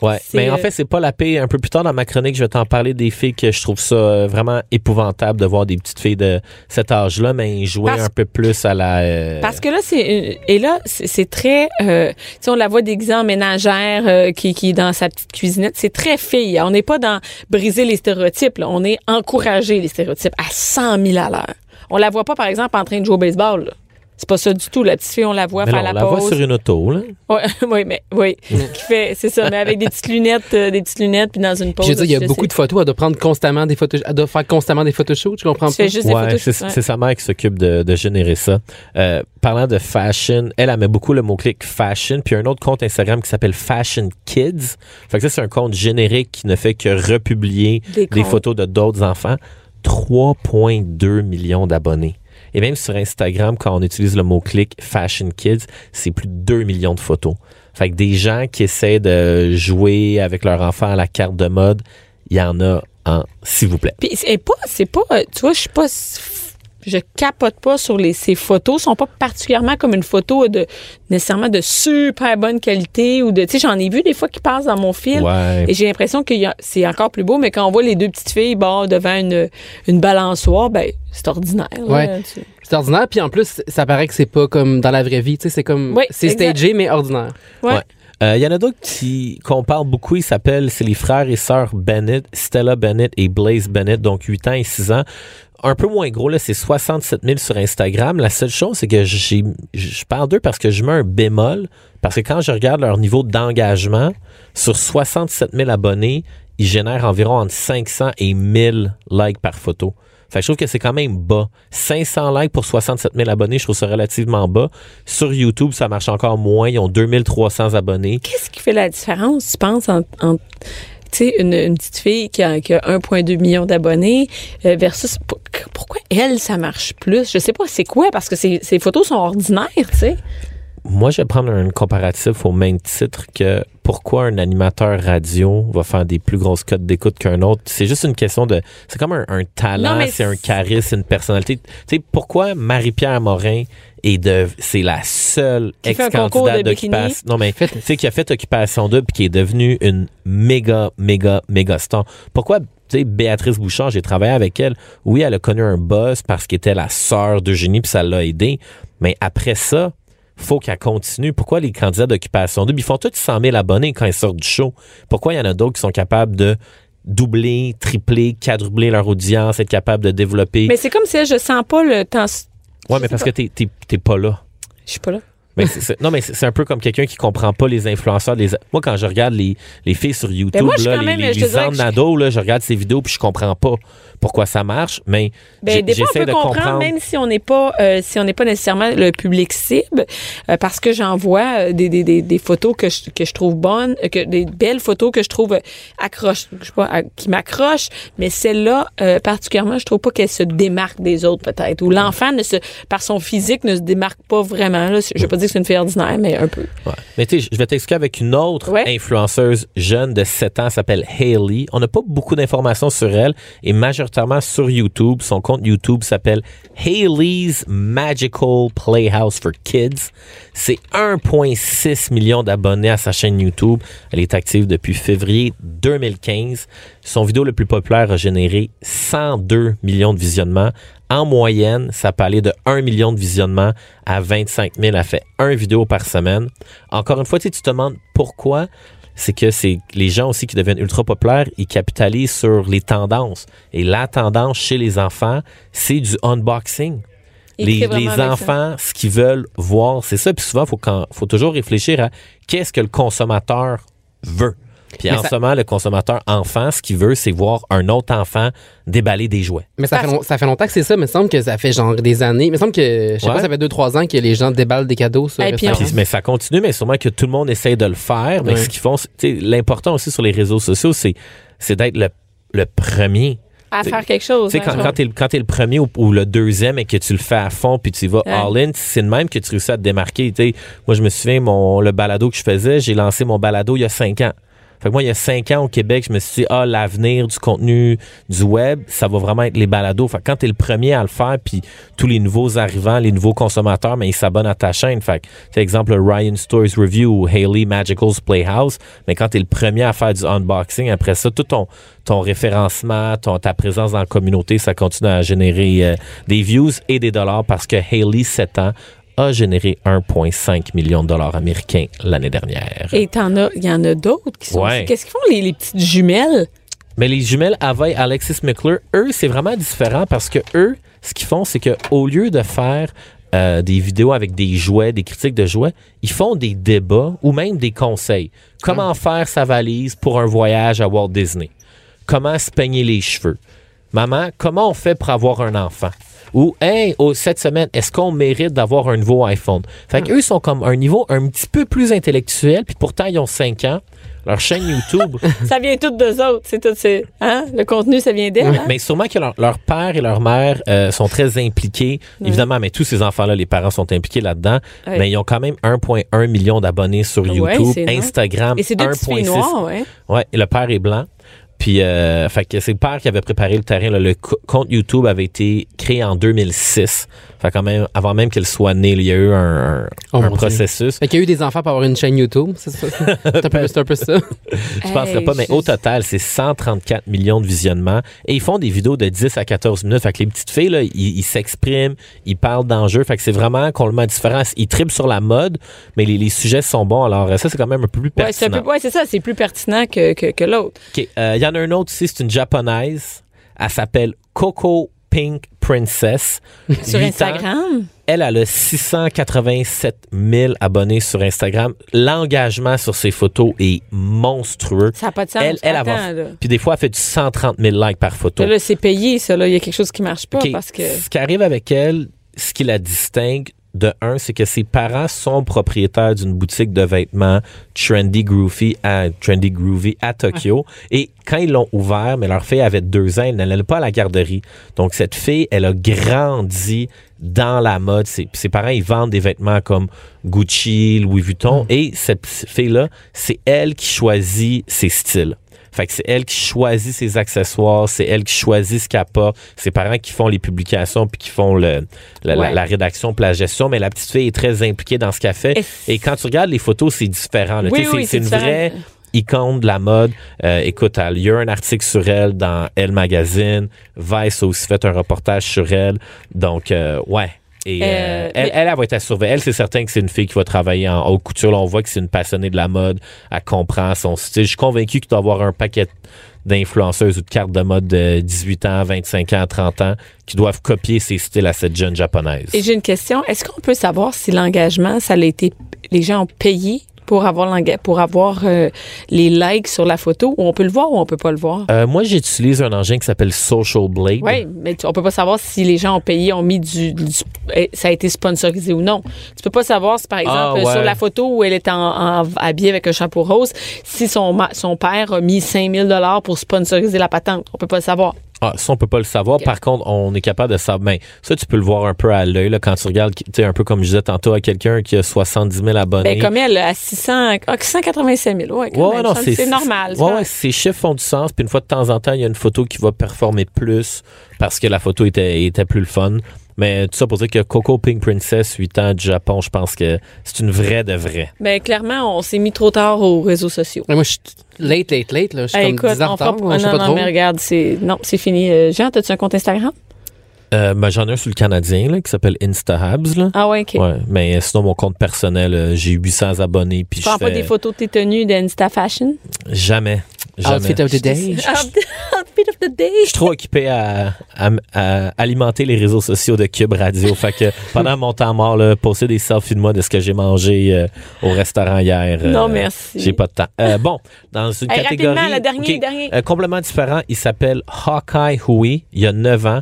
Speaker 4: Ouais.
Speaker 3: C'est,
Speaker 4: Mais en
Speaker 3: euh,
Speaker 4: fait, c'est pas la paix. Un peu plus tard dans ma chronique, je vais t'en parler des filles que je trouve ça euh, vraiment épouvantable de voir des petites filles de cet âge-là, mais jouer
Speaker 3: Parce-
Speaker 4: un peu plus à la. euh,
Speaker 3: Parce que là, c'est et là, c'est c'est très, euh, tu sais, on la voit déguisée en ménagère euh, qui, qui est dans sa petite cuisinette. C'est très fille. On n'est pas dans briser les stéréotypes. là. On est encourager les stéréotypes à 100 000 à l'heure. On la voit pas, par exemple, en train de jouer au baseball. là. C'est pas ça du tout. La petite fille, on la voit
Speaker 4: Mais
Speaker 3: faire
Speaker 4: non, on
Speaker 3: la,
Speaker 4: la voit
Speaker 3: pause.
Speaker 4: sur une auto, là.
Speaker 3: Ouais, oui, mais oui,
Speaker 6: Mm.
Speaker 3: qui fait, c'est ça, mais avec des petites lunettes, euh, des petites lunettes, puis dans une pause.
Speaker 6: Puis je veux dire, il y a
Speaker 3: je
Speaker 6: beaucoup
Speaker 3: sais.
Speaker 6: de photos. Elle doit prendre constamment des photos. Elle doit faire constamment des photoshoots. Je comprends
Speaker 3: Tu fais
Speaker 6: pas.
Speaker 3: juste des
Speaker 4: Ouais,
Speaker 3: photos.
Speaker 4: c'est
Speaker 3: ouais.
Speaker 4: c'est sa mère qui s'occupe de, de générer ça. Euh, parlant de fashion, elle, elle met beaucoup le mot-clic fashion, puis un autre compte Instagram qui s'appelle Fashion Kids. Fait que ça, c'est un compte générique qui ne fait que republier
Speaker 3: Des
Speaker 4: des,
Speaker 3: comptes.
Speaker 4: photos de d'autres enfants. 3,2 millions d'abonnés. Et même sur Instagram, quand on utilise le mot-clic Fashion Kids, c'est plus de 2 millions de photos. Fait que des gens qui essaient de jouer avec leur enfant à la carte de mode, il y en a en, s'il vous plaît.
Speaker 3: Puis c'est pas, c'est pas, euh, tu vois, je suis pas, s- je capote pas sur les, ces photos. sont pas particulièrement comme une photo de, nécessairement de super bonne qualité ou de, tu sais, j'en ai vu des fois qui passent dans mon fil.
Speaker 4: Ouais.
Speaker 3: Et j'ai l'impression que c'est encore plus beau, mais quand on voit les deux petites filles bon, devant une, une balançoire, ben c'est ordinaire. là,
Speaker 6: Ouais.
Speaker 3: tu-
Speaker 6: C'est ordinaire. Puis en plus, ça paraît que c'est pas comme dans la vraie vie. Tu sais, c'est comme.
Speaker 3: Oui,
Speaker 6: c'est
Speaker 3: exact.
Speaker 6: stagé, mais ordinaire.
Speaker 3: Ouais.
Speaker 4: Ouais. Euh, Il y en a d'autres qui- qu'on parle beaucoup. Ils s'appellent, c'est les frères et sœurs Bennett, Stella Bennett et Blaze Bennett, donc 8 ans et 6 ans. Un peu moins gros, là, c'est 67 000 sur Instagram. La seule chose, c'est que j'ai, je parle d'eux parce que je mets un bémol. Parce que quand je regarde leur niveau d'engagement, sur 67 000 abonnés, ils génèrent environ entre 500 et 1000 likes par photo. Fait que je trouve que c'est quand même bas. 500 likes pour 67 000 abonnés, je trouve ça relativement bas. Sur YouTube, ça marche encore moins. Ils ont 2300 abonnés.
Speaker 3: Qu'est-ce qui fait la différence, tu penses, entre, entre, tu sais, une, une petite fille qui a, qui a 1,2 million d'abonnés euh, versus pour- pourquoi elle, ça marche plus? Je sais pas, c'est quoi? Parce que ces ces photos sont ordinaires, tu sais.
Speaker 4: Moi, je vais prendre un comparatif au même titre que pourquoi un animateur radio va faire des plus grosses cotes d'écoute qu'un autre. C'est juste une question de... C'est comme un, un
Speaker 3: Non,
Speaker 4: talent,
Speaker 3: mais
Speaker 4: c'est un
Speaker 3: c'est-
Speaker 4: charisme, c'est une personnalité. Tu sais, pourquoi Marie-Pierre Morin est de... C'est la seule
Speaker 3: Qui fait un concours de
Speaker 4: ex-candidate
Speaker 3: bikini.
Speaker 4: d'occupation... Non, mais
Speaker 6: Faites-
Speaker 4: tu sais, qui a fait Occupation Double puis qui est devenue une méga, méga, méga star. Pourquoi, tu sais, Béatrice Bouchard, j'ai travaillé avec elle. Oui, elle a connu un buzz parce qu'elle était la sœur d'Eugénie puis ça l'a aidée. Mais après ça, faut qu'elle continue. Pourquoi les candidats d'Occupation Double, ils font tous 100 000 abonnés quand ils sortent du show? Pourquoi il y en a d'autres qui sont capables de doubler, tripler, quadrupler leur audience, être capable de développer?
Speaker 3: Mais c'est comme si je sens pas le temps.
Speaker 4: ouais, mais parce que t'es- t'es t'es pas là.
Speaker 3: Je suis pas là.
Speaker 4: Mais c'est- c'est- non, mais c'est c'est un peu comme quelqu'un qui comprend pas les influenceurs. Les, moi, quand je regarde les, les filles sur YouTube,
Speaker 3: Ben moi, je suis
Speaker 4: là,
Speaker 3: quand
Speaker 4: les,
Speaker 3: même,
Speaker 4: les
Speaker 3: je te dirais
Speaker 4: Lisanne
Speaker 3: que je-
Speaker 4: Nadeau, là, je regarde ses vidéos puis je comprends pas pourquoi ça marche, mais j'ai-
Speaker 3: Ben, des fois, on
Speaker 4: j'essaie
Speaker 3: peut
Speaker 4: de
Speaker 3: comprendre,
Speaker 4: comprendre.
Speaker 3: même si on n'est pas, euh, si on n'est pas nécessairement le public cible, euh, parce que j'en vois euh, des, des, des, des photos que je, que je trouve bonnes, euh, que des belles photos que je trouve euh, accroche, je sais pas, à- qui m'accrochent, mais celle-là euh, particulièrement, je trouve pas qu'elle se démarque des autres peut-être, ou l'enfant ne se, par son physique, ne se démarque pas vraiment. Là. Je veux pas dire que c'est une fille ordinaire, mais un peu.
Speaker 4: Ouais. Mais tu sais, je- je vais t'expliquer avec une autre
Speaker 3: Ouais.
Speaker 4: influenceuse jeune de 7 ans, elle s'appelle Hailey. On n'a pas beaucoup d'informations sur elle et majoritairement sur YouTube. Son compte YouTube s'appelle Hailey's Magical Playhouse for Kids. C'est 1,6 million d'abonnés à sa chaîne YouTube. Elle est active depuis février 2015. Son vidéo le plus populaire a généré 102 millions de visionnements. En moyenne, ça peut aller de 1 million de visionnements à 25 000. Elle fait un vidéo par semaine. Encore une fois, tu sais, tu te demandes pourquoi. C'est que c'est les gens aussi qui deviennent ultra populaires, ils capitalisent sur les tendances. Et la tendance chez les enfants, c'est du unboxing.
Speaker 3: Ils
Speaker 4: Les,
Speaker 3: créent vraiment
Speaker 4: les
Speaker 3: avec ça.
Speaker 4: enfants, ce qu'ils veulent voir, c'est ça. Puis souvent, il faut, quand- faut toujours réfléchir à qu'est-ce que le consommateur veut. Puis
Speaker 5: Mais
Speaker 4: en
Speaker 5: ça-
Speaker 4: ce moment, le consommateur enfant, ce qu'il veut, c'est voir un autre enfant déballer des jouets.
Speaker 6: Mais ça fait, long- ça fait longtemps que c'est ça, mais il me semble que ça fait genre des années. Il me semble que, je sais
Speaker 4: Ouais.
Speaker 6: pas, ça fait 2-3 ans que les gens déballent des cadeaux sur
Speaker 3: Et puis
Speaker 6: Instagram.
Speaker 4: Puis- mais ça continue, mais sûrement que tout le monde essaie de le faire. Mais
Speaker 6: Ouais.
Speaker 4: ce qu'ils font, c'est- tu sais, l'important aussi sur les réseaux sociaux, c'est c'est d'être le, le premier.
Speaker 3: à
Speaker 4: t'sais-
Speaker 3: faire quelque chose.
Speaker 4: Tu sais,
Speaker 3: hein,
Speaker 4: quand,
Speaker 3: genre.
Speaker 4: quand t'es, le- quand t'es le premier ou, ou le deuxième et que tu le fais à fond puis tu y vas
Speaker 3: Ouais.
Speaker 4: all-in, c'est de même que tu réussis à te démarquer. Tu sais, moi, je me souviens, mon, le balado que je faisais, j'ai lancé mon balado il y a cinq ans. Fait que moi, il y a cinq ans au Québec, je me suis dit, ah, l'avenir du contenu du web, ça va vraiment être les balados. Fait que quand t'es le premier à le faire, puis tous les nouveaux arrivants, les nouveaux consommateurs, mais ils s'abonnent à ta chaîne. Fait que, tu sais, exemple, le Ryan Stories Review ou Haley Magical's Playhouse, mais quand t'es le premier à faire du unboxing, après ça, tout ton, ton référencement, ton, ta présence dans la communauté, ça continue à générer euh, des views et des dollars parce que Haley, 7 ans, a généré 1,5 million de dollars américains l'année dernière.
Speaker 3: Et t'en as, il y en a d'autres qui sont.
Speaker 4: Ouais.
Speaker 3: Qu'est-ce qu'ils font les, les petites jumelles
Speaker 4: Mais les jumelles Ava et Alexis McClure, eux, c'est vraiment différent parce que eux, ce qu'ils font, c'est que au lieu de faire euh, des vidéos avec des jouets, des critiques de jouets, ils font des débats ou même des conseils. Comment faire sa valise pour un voyage à Walt Disney? Comment se peigner les cheveux? Maman, comment on fait pour avoir un enfant? Ou, hey, oh, cette semaine, est-ce qu'on mérite d'avoir un nouveau iPhone? Fait qu'eux sont comme un niveau un petit peu plus intellectuel, puis pourtant, ils ont 5 ans. Leur chaîne YouTube,
Speaker 3: Ça vient toutes d'eux autres. C'est tout. c'est- Hein? Le contenu, ça vient d'elles. hein?
Speaker 4: mais sûrement que leur, leur père et leur mère euh, sont très impliqués.
Speaker 3: Ouais.
Speaker 4: Évidemment, mais tous ces enfants-là, les parents sont impliqués là-dedans.
Speaker 3: Ouais.
Speaker 4: Mais ils ont quand même 1,1 million d'abonnés sur
Speaker 3: Ouais,
Speaker 4: YouTube,
Speaker 3: c'est énorme.
Speaker 4: Instagram,
Speaker 3: Et c'est deux petits filles
Speaker 4: 1,6.
Speaker 3: noirs, ouais.
Speaker 4: Ouais, et le père est blanc. Puis, euh, fait que c'est le père qui avait préparé le terrain. là. Le co- compte YouTube avait été créé en 2006. Fait quand même, avant même qu'elle soit née, là, il y a eu un, un-
Speaker 6: Oh,
Speaker 4: un
Speaker 6: mon Dieu.
Speaker 4: processus.
Speaker 6: Fait qu'il y a eu des enfants pour avoir une chaîne YouTube, c'est ça? C'est un peu, c'est un peu ça.
Speaker 4: Je penserais
Speaker 3: Hey,
Speaker 4: pas, mais au
Speaker 3: juste-
Speaker 4: total, c'est 134 millions de visionnements. Et ils font des vidéos de 10 à 14 minutes. Fait que les petites filles, là, ils- ils s'expriment, ils parlent d'enjeux. Fait que c'est vraiment complètement différent. Ils tripent sur la mode, mais les, les sujets sont bons. Alors, euh, ça, c'est quand même un peu plus
Speaker 3: Ouais, c'est un
Speaker 4: pertinent.
Speaker 3: peu- ouais, c'est ça, c'est plus pertinent que, que, que l'autre.
Speaker 4: OK. Euh, Il y en a un autre ici, c'est une japonaise. Elle s'appelle Coco Pink Princess.
Speaker 3: Sur
Speaker 4: Huit ans.
Speaker 3: Instagram,
Speaker 4: Elle, elle a 687 000 abonnés sur Instagram. L'engagement sur ses photos est monstrueux.
Speaker 3: ça n'a pas de sens.
Speaker 4: Elle, elle, elle va-
Speaker 3: Attends, là.
Speaker 4: Puis des fois, elle fait du 130 000 likes par photo.
Speaker 3: Là, là, c'est payé, ça. Là. Il y a quelque chose qui marche pas
Speaker 4: OK,
Speaker 3: parce que.
Speaker 4: Ce qui arrive avec elle, ce qui la distingue de un, c'est que ses parents sont propriétaires d'une boutique de vêtements trendy groovy à trendy groovy à Tokyo.
Speaker 3: Ah.
Speaker 4: Et quand ils l'ont ouvert, mais leur fille avait deux ans, elle n'allait pas à la garderie. Donc cette fille, elle a grandi dans la mode. Ses, puis ses parents, ils vendent des vêtements comme Gucci, Louis Vuitton.
Speaker 3: Ah.
Speaker 4: Et cette petite fille-là, c'est elle qui choisit ses styles. Fait que c'est elle qui choisit ses accessoires, c'est elle qui choisit ce qu'elle porte, ses parents qui font les publications puis qui font le, la, la-
Speaker 3: Ouais.
Speaker 4: la rédaction puis la gestion, mais la petite fille est très impliquée dans ce qu'elle fait.
Speaker 3: Est-ce-
Speaker 4: Et quand tu regardes les photos, c'est différent. là.
Speaker 3: Oui,
Speaker 4: Tu sais, c'est-
Speaker 3: oui,
Speaker 4: c'est
Speaker 3: c'est
Speaker 4: une
Speaker 3: différent.
Speaker 4: vraie icône de la mode. Euh, écoute, elle- il y a un article sur elle dans Elle Magazine. Vice a aussi fait un reportage sur elle. Donc, euh, ouais. Et euh,
Speaker 3: Euh,
Speaker 4: elle,
Speaker 3: mais-
Speaker 4: elle, elle va être à surveiller. Elle, c'est certain que c'est une fille qui va travailler en haute couture. Là, on voit que c'est une passionnée de la mode. Elle comprend son style. Je suis convaincu qu'il doit avoir un paquet d'influenceuses ou de cartes de mode de 18 ans, 25 ans, 30 ans qui doivent copier ses styles à cette jeune japonaise.
Speaker 3: Et j'ai une question. Est-ce qu'on peut savoir si l'engagement, ça a été. Les gens ont payé pour avoir, l'enga- pour avoir euh, les likes sur la photo ou on peut le voir ou on peut pas le voir?
Speaker 4: Euh, moi, j'utilise un engin qui s'appelle Social Blade.
Speaker 3: Oui, mais tu- on peut pas savoir si les gens ont payé, ont mis du, du- eh, ça a été sponsorisé ou non. Tu peux pas savoir si, par
Speaker 4: Ah,
Speaker 3: exemple, euh,
Speaker 4: ouais.
Speaker 3: sur la photo où elle est en, en- habillée avec un chapeau rose, si son, ma- son père a mis 5000 dollars pour sponsoriser la patente. On peut pas le savoir.
Speaker 4: Ah, ça, on peut pas le savoir.
Speaker 3: Ok.
Speaker 4: Par contre, on est capable de savoir. Ben, ça, tu peux le voir un peu à l'œil, là, quand tu regardes, tu sais, un peu comme je disais tantôt à quelqu'un qui a 70 000 abonnés.
Speaker 3: Ben, comme elle, à 600, ah, 685 000. Ouais, quand
Speaker 4: Ouais, ouais,
Speaker 3: même.
Speaker 4: non,
Speaker 3: Ça,
Speaker 4: c'est
Speaker 3: c'est normal.
Speaker 4: Ouais,
Speaker 3: ça.
Speaker 4: ouais, ces chiffres font du sens. Puis une fois de temps en temps, il y a une photo qui va performer plus parce que la photo était, était plus le fun. Mais tout ça pour dire que Coco Pink Princess, 8 ans du Japon, je pense que c'est une vraie de vraie.
Speaker 3: Ben, clairement, on s'est mis trop tard aux réseaux sociaux.
Speaker 6: Mais moi, je suis late, late, late. Là. Je suis
Speaker 3: Eh,
Speaker 6: comme 10 ans en
Speaker 3: on
Speaker 6: retard,
Speaker 3: fera-
Speaker 6: je sais
Speaker 3: non,
Speaker 6: pas
Speaker 3: non,
Speaker 6: trop.
Speaker 3: mais regarde, c'est, non, c'est fini. Euh, Jean, as-tu un compte Instagram?
Speaker 4: Euh, ben, j'en ai un sur le Canadien, là, qui s'appelle InstaHabs, là.
Speaker 3: Ah ouais, ok.
Speaker 4: Ouais, mais euh, sinon, mon compte personnel, euh, j'ai 800 abonnés. Puis
Speaker 3: Tu
Speaker 4: je
Speaker 3: prends pas
Speaker 4: fais-
Speaker 3: des photos de tes tenues d'Insta Fashion?
Speaker 4: Jamais. Jamais.
Speaker 6: Outfit of the day.
Speaker 3: Outfit of the day.
Speaker 4: Je suis trop occupé à, à- à alimenter les réseaux sociaux de Cube Radio. fait que pendant mon temps mort, là, poster des selfies de moi de ce que j'ai mangé euh, au restaurant hier. euh,
Speaker 3: Non, merci.
Speaker 4: J'ai pas de temps. Euh, bon, dans une
Speaker 3: Hey,
Speaker 4: catégorie.
Speaker 3: rapidement, le dernier,
Speaker 4: ok,
Speaker 3: dernier.
Speaker 4: euh, complètement différent, il s'appelle Hawkeye Hui. Il y a 9 ans.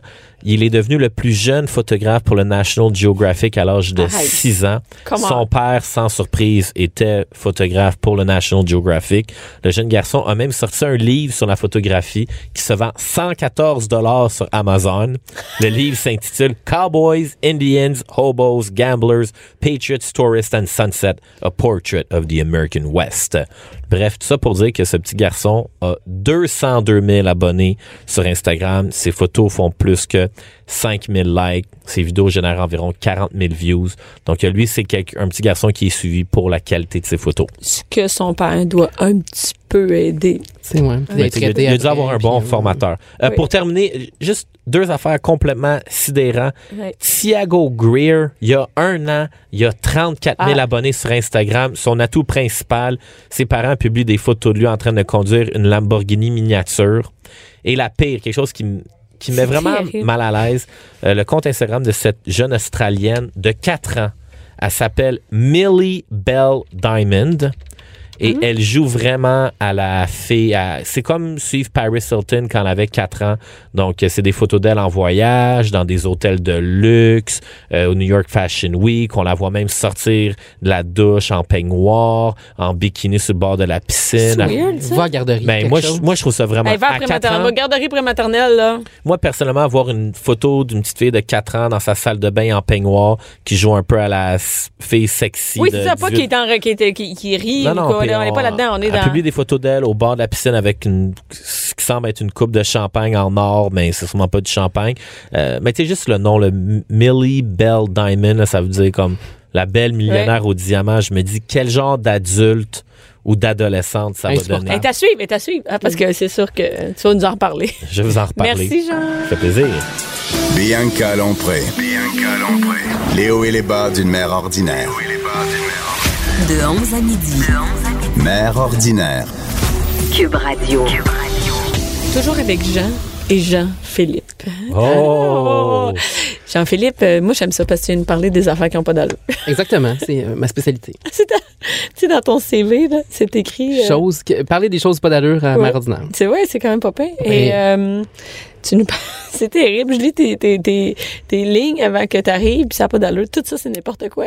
Speaker 4: Il est devenu le plus jeune photographe pour le National Geographic à l'âge de
Speaker 3: Arrête.
Speaker 4: 6 ans.
Speaker 3: Comment?
Speaker 4: Son père, sans surprise, était photographe pour le National Geographic. Le jeune garçon a même sorti un livre sur la photographie qui se vend 114 dollars sur Amazon. Le livre s'intitule Cowboys, Indians, Hobos, Gamblers, Patriots, Tourists and Sunset, A Portrait of the American West. Bref, tout ça pour dire que ce petit garçon a 202 000 abonnés sur Instagram. Ses photos font plus que 5 000 likes. Ses vidéos génèrent environ 40 000 views. Donc, euh, lui, c'est quelqu'un- un petit garçon qui est suivi pour la qualité de ses photos.
Speaker 3: Ce que son père doit un petit peu aider.
Speaker 6: C'est moi. Puis d'être
Speaker 4: Il a,
Speaker 6: traité
Speaker 4: il a dû
Speaker 6: après,
Speaker 4: avoir un
Speaker 6: puis,
Speaker 4: bon
Speaker 6: euh,
Speaker 4: formateur. Euh,
Speaker 3: Oui.
Speaker 4: Pour terminer, euh, juste deux affaires complètement sidérantes.
Speaker 3: Ouais.
Speaker 4: Thiago Greer, il y a un an, il y a 34 000
Speaker 3: Ah.
Speaker 4: abonnés sur Instagram. Son atout principal, ses parents publient des photos de lui en train de conduire une Lamborghini miniature. Et la pire, quelque chose qui, m- qui me met
Speaker 3: C'est
Speaker 4: vraiment
Speaker 3: terrible.
Speaker 4: mal à l'aise, euh, le compte Instagram de cette jeune Australienne de 4 ans. Elle s'appelle Millie Bell Diamond. Et
Speaker 3: Mhm.
Speaker 4: elle joue vraiment à la fée. à- C'est comme suivre Paris Hilton quand elle avait 4 ans. Donc, euh, c'est des photos d'elle en voyage, dans des hôtels de luxe, euh, au New York Fashion Week. On la voit même sortir de la douche en peignoir, en bikini sur le bord de la piscine.
Speaker 3: C'est weird, ça.
Speaker 6: Va à la garderie.
Speaker 4: Ben,
Speaker 6: quelque
Speaker 4: moi,
Speaker 6: chose.
Speaker 4: je, moi, je trouve ça vraiment...
Speaker 3: Elle va
Speaker 4: à
Speaker 3: après
Speaker 4: quatre ans,
Speaker 3: maternelle. Garderie prématernelle, là.
Speaker 4: moi, personnellement, avoir une photo d'une petite fille de 4 ans dans sa salle de bain en peignoir qui joue un peu à la s- fille sexy
Speaker 3: Oui,
Speaker 4: de
Speaker 3: c'est ça, pas
Speaker 4: 18.
Speaker 3: qui, est en, qui, est- qui, qui rit.
Speaker 4: Non, non,
Speaker 3: ou quoi.
Speaker 4: puis
Speaker 3: on n'est pas là-dedans, on est
Speaker 4: elle
Speaker 3: dans.
Speaker 4: publie des photos d'elle au bord de la piscine avec une, ce qui semble être une coupe de champagne en or, mais c'est sûrement pas du champagne. Euh, mais tu sais, juste le nom, le M- Millie Bell Diamond, là, ça veut dire comme la belle millionnaire au diamant. Je me dis, quel genre d'adulte ou d'adolescente ça va
Speaker 6: Insupportable.
Speaker 4: donner?
Speaker 3: Elle est à suivre, elle est à suivre. Ah, parce que c'est sûr que tu vas nous en reparler.
Speaker 4: Je vais vous en reparler.
Speaker 3: Merci, Jean.
Speaker 4: Ça fait plaisir.
Speaker 2: Bianca Lompré. Bianca Lompré. Les hauts et les bas d'une mère ordinaire.
Speaker 1: De 11 à midi.
Speaker 2: Mère ordinaire.
Speaker 1: Cube Radio.
Speaker 3: Toujours avec Jean et Jean-Philippe.
Speaker 4: Oh!
Speaker 3: Jean-Philippe, euh, moi, j'aime ça parce que tu viens de parler des affaires qui n'ont pas d'allure.
Speaker 6: Exactement, c'est euh, ma spécialité.
Speaker 3: c'est dans, tu sais, dans ton CV, là, c'est écrit. euh,
Speaker 6: Chose que- parler des choses pas d'allure à
Speaker 3: Ouais.
Speaker 6: ma ordinaire.
Speaker 3: C'est ouais, c'est quand même pas pire.
Speaker 6: Oui.
Speaker 3: Et euh, tu nous parles- c'est terrible. Je lis tes, tes, tes, tes lignes avant que tu arrives, puis ça n'a pas d'allure. Tout ça, c'est n'importe quoi.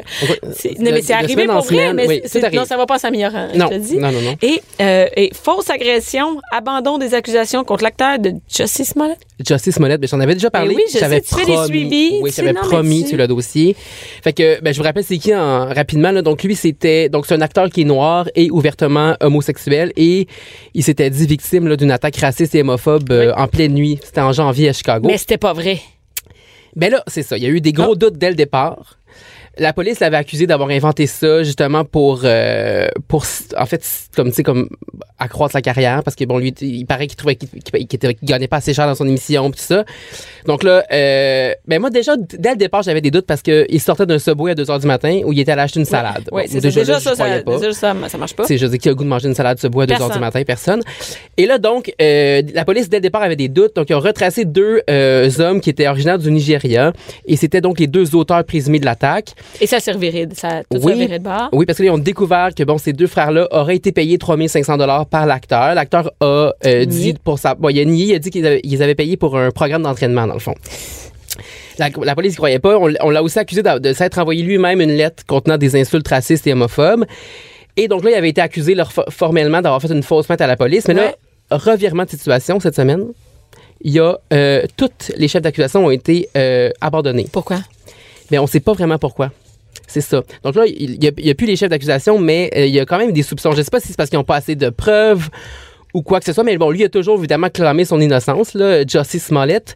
Speaker 3: C'est-
Speaker 6: De-
Speaker 3: Non, mais
Speaker 6: de
Speaker 3: c'est arrivé
Speaker 6: Euh, semaine en
Speaker 3: pour vrai,
Speaker 6: semaine,
Speaker 3: mais
Speaker 6: oui,
Speaker 3: c'est-
Speaker 6: tout arrive.
Speaker 3: non, ça va pas en s'améliorant.
Speaker 6: Non,
Speaker 3: je te le dis.
Speaker 6: non, non, non.
Speaker 3: Et, euh, et fausse agression, abandon des accusations contre l'acteur de Justice Smollett.
Speaker 6: Justice Smollett, mais j'en avais déjà
Speaker 3: Ben
Speaker 6: parlé.
Speaker 3: oui, je sais,
Speaker 6: j'avais
Speaker 3: tu fais des
Speaker 6: promis-
Speaker 3: suivis,
Speaker 6: Oui,
Speaker 3: tu
Speaker 6: j'avais
Speaker 3: sais, non, mais
Speaker 6: promis
Speaker 3: tu-
Speaker 6: sur le dossier. Fait que, ben, je vous rappelle, c'est qui en, rapidement, là. Donc, lui, c'était, donc, c'est un acteur qui est noir et ouvertement homosexuel et il s'était dit victime, là, d'une attaque raciste et homophobe euh, en pleine nuit. C'était en janvier à Chicago.
Speaker 3: Mais c'était pas vrai.
Speaker 6: Ben là, c'est ça. Il y a eu des gros
Speaker 3: Ah.
Speaker 6: doutes dès le départ. La police l'avait accusé d'avoir inventé ça justement pour euh, pour en fait comme tu sais comme accroître sa carrière parce que bon lui il paraît qu'il trouvait qu'il qu'il- qu'il était- qu'il gagnait pas assez cher dans son émission puis tout ça. Donc là euh, ben moi déjà d- dès le départ j'avais des doutes parce que il sortait d'un Subway à 2 heures du matin où il était allé acheter une salade.
Speaker 3: Oui,
Speaker 6: Bon,
Speaker 3: c'est ça.
Speaker 6: là,
Speaker 3: Déjà,
Speaker 6: je
Speaker 3: ça, ça,
Speaker 6: croyais pas.
Speaker 3: déjà, ça, ça marche pas.
Speaker 6: Tu sais, je dis qu'il a le goût de manger une salade Subway à 2 heures
Speaker 3: Personne.
Speaker 6: du matin, personne. Et là, donc, euh, la police, dès le départ, avait des doutes. Donc, ils ont retracé deux euh, hommes qui étaient originaires du Nigeria. Et c'était donc les deux auteurs présumés de l'attaque.
Speaker 3: Et ça servirait de ça. Tout ça
Speaker 6: Oui.
Speaker 3: virait de bord.
Speaker 6: Oui, parce qu'ils ont découvert que, bon, ces deux frères-là auraient été payés 3500 dollars par l'acteur. L'acteur a
Speaker 3: Nié.
Speaker 6: euh, dit pour sa... Bon, il a nié, il a dit qu'ils avaient, ils avaient payé pour un programme d'entraînement, dans le fond. La, la police ne croyait pas. On, l- on l'a aussi accusé d'a- de, s'être envoyé lui-même une lettre contenant des insultes racistes et homophobes. Et donc là, il avait été accusé leur, fo- formellement d'avoir fait une fausse plainte à la police. Mais
Speaker 3: Ouais.
Speaker 6: là, revirement de situation cette semaine, il y a... euh, toutes les chefs d'accusation ont été euh, abandonnés.
Speaker 3: Pourquoi?
Speaker 6: Mais on ne sait pas vraiment pourquoi. C'est ça. Donc là, il n'y a, il y a plus les chefs d'accusation, mais euh, il y a quand même des soupçons. Je ne sais pas si c'est parce qu'ils n'ont pas assez de preuves ou quoi que ce soit, mais bon, lui a toujours évidemment clamé son innocence, là, Justice Smollett.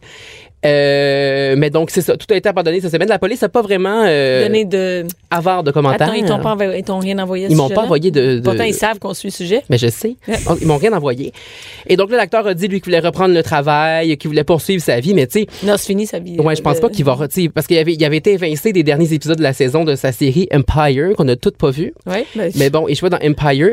Speaker 6: Euh, mais donc, c'est ça. Tout a été abandonné cette semaine. La police n'a pas vraiment euh,
Speaker 3: Donner de.
Speaker 6: avare de commentaires.
Speaker 3: Attends, ils t'ont pas envoyé- ils t'ont rien envoyé à ce
Speaker 6: Ils m'ont pas
Speaker 3: sujet-là?
Speaker 6: envoyé de- de-
Speaker 3: Pourtant, ils savent qu'on suit le sujet.
Speaker 6: Mais je sais.
Speaker 3: Ouais.
Speaker 6: Donc, Ils m'ont rien envoyé. Et donc là, l'acteur a dit, lui, qu'il voulait reprendre le travail, qu'il voulait poursuivre sa vie, mais tu sais,
Speaker 3: Non, c'est fini sa vie.
Speaker 6: Ouais, je pense
Speaker 3: Euh,
Speaker 6: pas qu'il va. re- tu sais, Parce qu'il avait, il avait été évincé des derniers épisodes de la saison de sa série Empire, qu'on a toutes pas vu.
Speaker 3: Ouais, ben,
Speaker 6: Mais bon, il jouait dans Empire.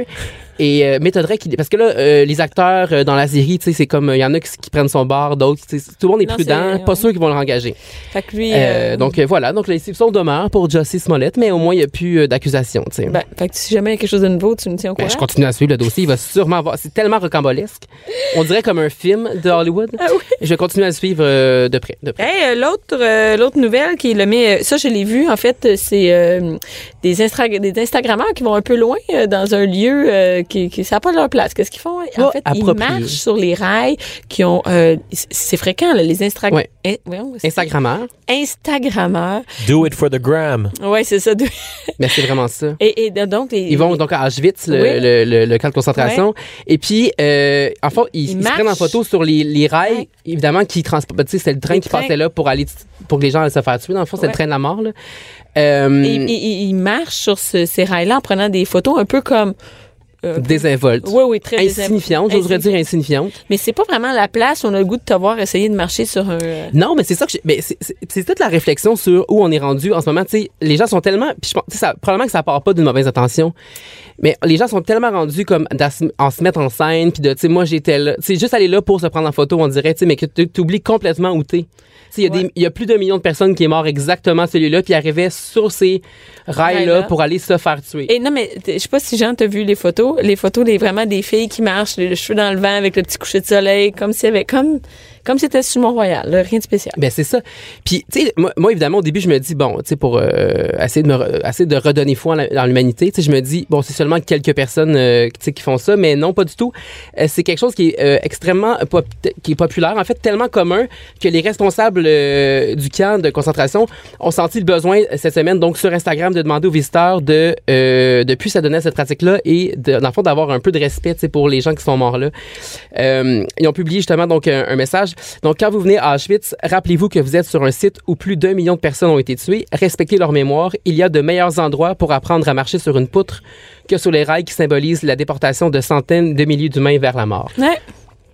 Speaker 6: Et euh, Method Ray, qui- parce que là, euh, les acteurs euh, dans la série, tu sais, c'est comme, il y en a qui, qui prennent son bar, d'autres, tu sais, tout le monde est
Speaker 3: Non,
Speaker 6: prudent,
Speaker 3: c'est-
Speaker 6: pas
Speaker 3: ouais.
Speaker 6: sûr qu'ils vont le rengager.
Speaker 3: Fait que lui.
Speaker 6: Euh,
Speaker 3: euh,
Speaker 6: donc euh, voilà, donc les soupçons demeurent pour Jossie Smollett, mais au moins il n'y a plus euh, d'accusation. tu sais.
Speaker 3: ben, fait que si jamais il y a quelque chose de nouveau, tu nous tiens au courant.
Speaker 6: Ben, je continue à suivre le dossier. Il va sûrement avoir. C'est tellement rocambolesque. On dirait comme un film de Hollywood.
Speaker 3: Ah oui.
Speaker 6: Je vais continuer à le suivre euh, de près. De près.
Speaker 3: Hey, euh, l'autre euh, l'autre nouvelle qui le met euh, ça je l'ai vu en fait euh, c'est euh, des instra- des instagrammeurs qui vont un peu loin euh, dans un lieu euh, qui qui ça a pas leur place qu'est-ce qu'ils font en
Speaker 6: Pas
Speaker 3: fait ils
Speaker 6: approprié.
Speaker 3: marchent sur les rails qui ont euh, c- c'est fréquent là, les Instagram
Speaker 6: Ouais. Instagrammeur.
Speaker 3: Instagrammeurs
Speaker 4: Do it for the gram.
Speaker 3: ouais c'est ça de-
Speaker 6: Mais c'est vraiment ça.
Speaker 3: et, et donc les-
Speaker 6: Ils vont donc à Auschwitz, le,
Speaker 3: Oui.
Speaker 6: le- le- le camp de concentration. Et puis, euh, en fait, ils,
Speaker 3: Ils
Speaker 6: ils se prennent en
Speaker 3: marchent.
Speaker 6: photo sur les, les rails.
Speaker 3: Ouais.
Speaker 6: Évidemment, qui transportent. Tu sais, c'est le train
Speaker 3: Les
Speaker 6: qui
Speaker 3: trains.
Speaker 6: passait là pour aller pour que les gens allaient se faire tuer. Dans le fond, c'est
Speaker 3: Ouais.
Speaker 6: le train de la mort. Là. Euh,
Speaker 3: et- et- et- ils marchent sur ce- ces rails là en prenant des photos un peu comme euh,
Speaker 6: désinvolte.
Speaker 3: oui, oui, très désin-
Speaker 6: Insignifiante, j'oserais
Speaker 3: Insignifiante.
Speaker 6: dire insignifiante.
Speaker 3: Mais c'est pas vraiment la place où on a le goût de te voir essayer de marcher sur un. euh,
Speaker 6: Non, mais c'est ça que j'ai- mais c'est- c'est c'est toute la réflexion sur où on est rendu en ce moment. Tu sais, les gens sont tellement, puis je pense, tu sais, ça, probablement que ça part pas d'une mauvaise intention, mais les gens sont tellement rendus comme d'à se- en se mettre en scène, puis de, tu sais, moi j'étais là, tu sais, juste aller là pour se prendre en photo, on dirait, tu sais, mais que tu t'oublies complètement où t'es. Tu sais, il y a des- il y, a plus d'un million de personnes qui est mort exactement celui-là, puis arrivait sur ces rails-là
Speaker 3: Rails-là.
Speaker 6: pour aller se faire tuer.
Speaker 3: Et non, mais t- je sais pas si Jean t'a vu les photos. Les photos des vraiment des filles qui marchent, les, les cheveux dans le vent avec le petit coucher de soleil, comme s'il y avait comme comme si c'était sur Mont-Royal, là, rien de spécial.
Speaker 6: Ben c'est ça. Puis tu sais moi, moi, évidemment au début je me dis bon, tu sais pour euh, essayer de me re- essayer de redonner foi en la- dans l'humanité, tu sais je me dis bon, c'est seulement quelques personnes euh, tu sais qui font ça mais non pas du tout. Euh, c'est quelque chose qui est euh, extrêmement pop- qui est populaire en fait tellement commun que les responsables euh, du camp de concentration ont senti le besoin euh, cette semaine donc sur Instagram de demander aux visiteurs de euh, de plus s'adonner à cette pratique là et de, dans le fond d'avoir un peu de respect tu sais pour les gens qui sont morts là. Euh, ils ont publié justement donc un, un message. Donc quand vous venez à Auschwitz, rappelez-vous que vous êtes sur un site où plus d'un million de personnes ont été tuées. Respectez leur mémoire. Il y a de meilleurs endroits pour apprendre à marcher sur une poutre que sur les rails qui symbolisent la déportation de centaines de milliers d'humains vers la mort.
Speaker 3: Ouais.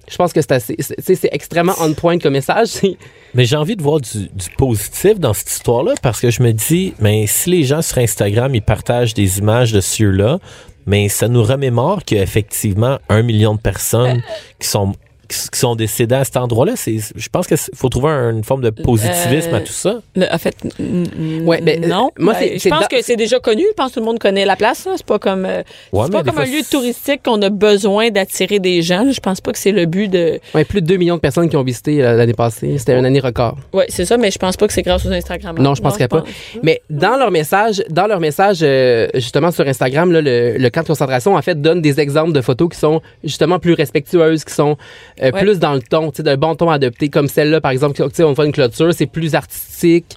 Speaker 6: Je pense que c'est assez, c'est- tu sais, c'est extrêmement on point comme message. C'est-
Speaker 4: Mais j'ai envie de voir du, du positif dans cette histoire-là parce que je me dis, mais si les gens sur Instagram, ils partagent des images de ceux-là, mais ça nous remémore qu'il y a effectivement un million de personnes qui sont qui s- qui sont décédées à cet endroit-là. C'est- Je pense qu'il faut trouver une forme de positivisme
Speaker 3: Euh,
Speaker 4: à tout ça.
Speaker 3: Le- en fait, n- n-
Speaker 6: Ouais, ben,
Speaker 3: non.
Speaker 6: moi,
Speaker 3: Ben,
Speaker 6: c'est-
Speaker 3: je
Speaker 6: c'est
Speaker 3: pense
Speaker 6: dans-
Speaker 3: que c'est déjà connu. Je pense que tout le monde connaît la place. là. C'est pas comme euh,
Speaker 4: Ouais,
Speaker 3: c'est
Speaker 4: mais
Speaker 3: pas
Speaker 4: des
Speaker 3: comme un
Speaker 4: fois,
Speaker 3: lieu
Speaker 4: c'est-
Speaker 3: touristique qu'on a besoin d'attirer des gens. Je pense pas que c'est le but de.
Speaker 6: Ouais, plus de 2 millions de personnes qui ont visité euh, l'année passée. C'était une année record.
Speaker 3: Ouais, c'est ça. Mais je pense pas que c'est grâce aux Instagram.
Speaker 6: Non, je penserais pas. Mais dans leur message, dans leur message euh, justement sur Instagram, là, le, le camp de concentration en fait donne des exemples de photos qui sont justement plus respectueuses, qui sont euh,
Speaker 3: Ouais.
Speaker 6: plus dans le ton, tu sais, d'un bon ton adopté, comme celle-là par exemple, tu sais, on fait une clôture, c'est plus artistique,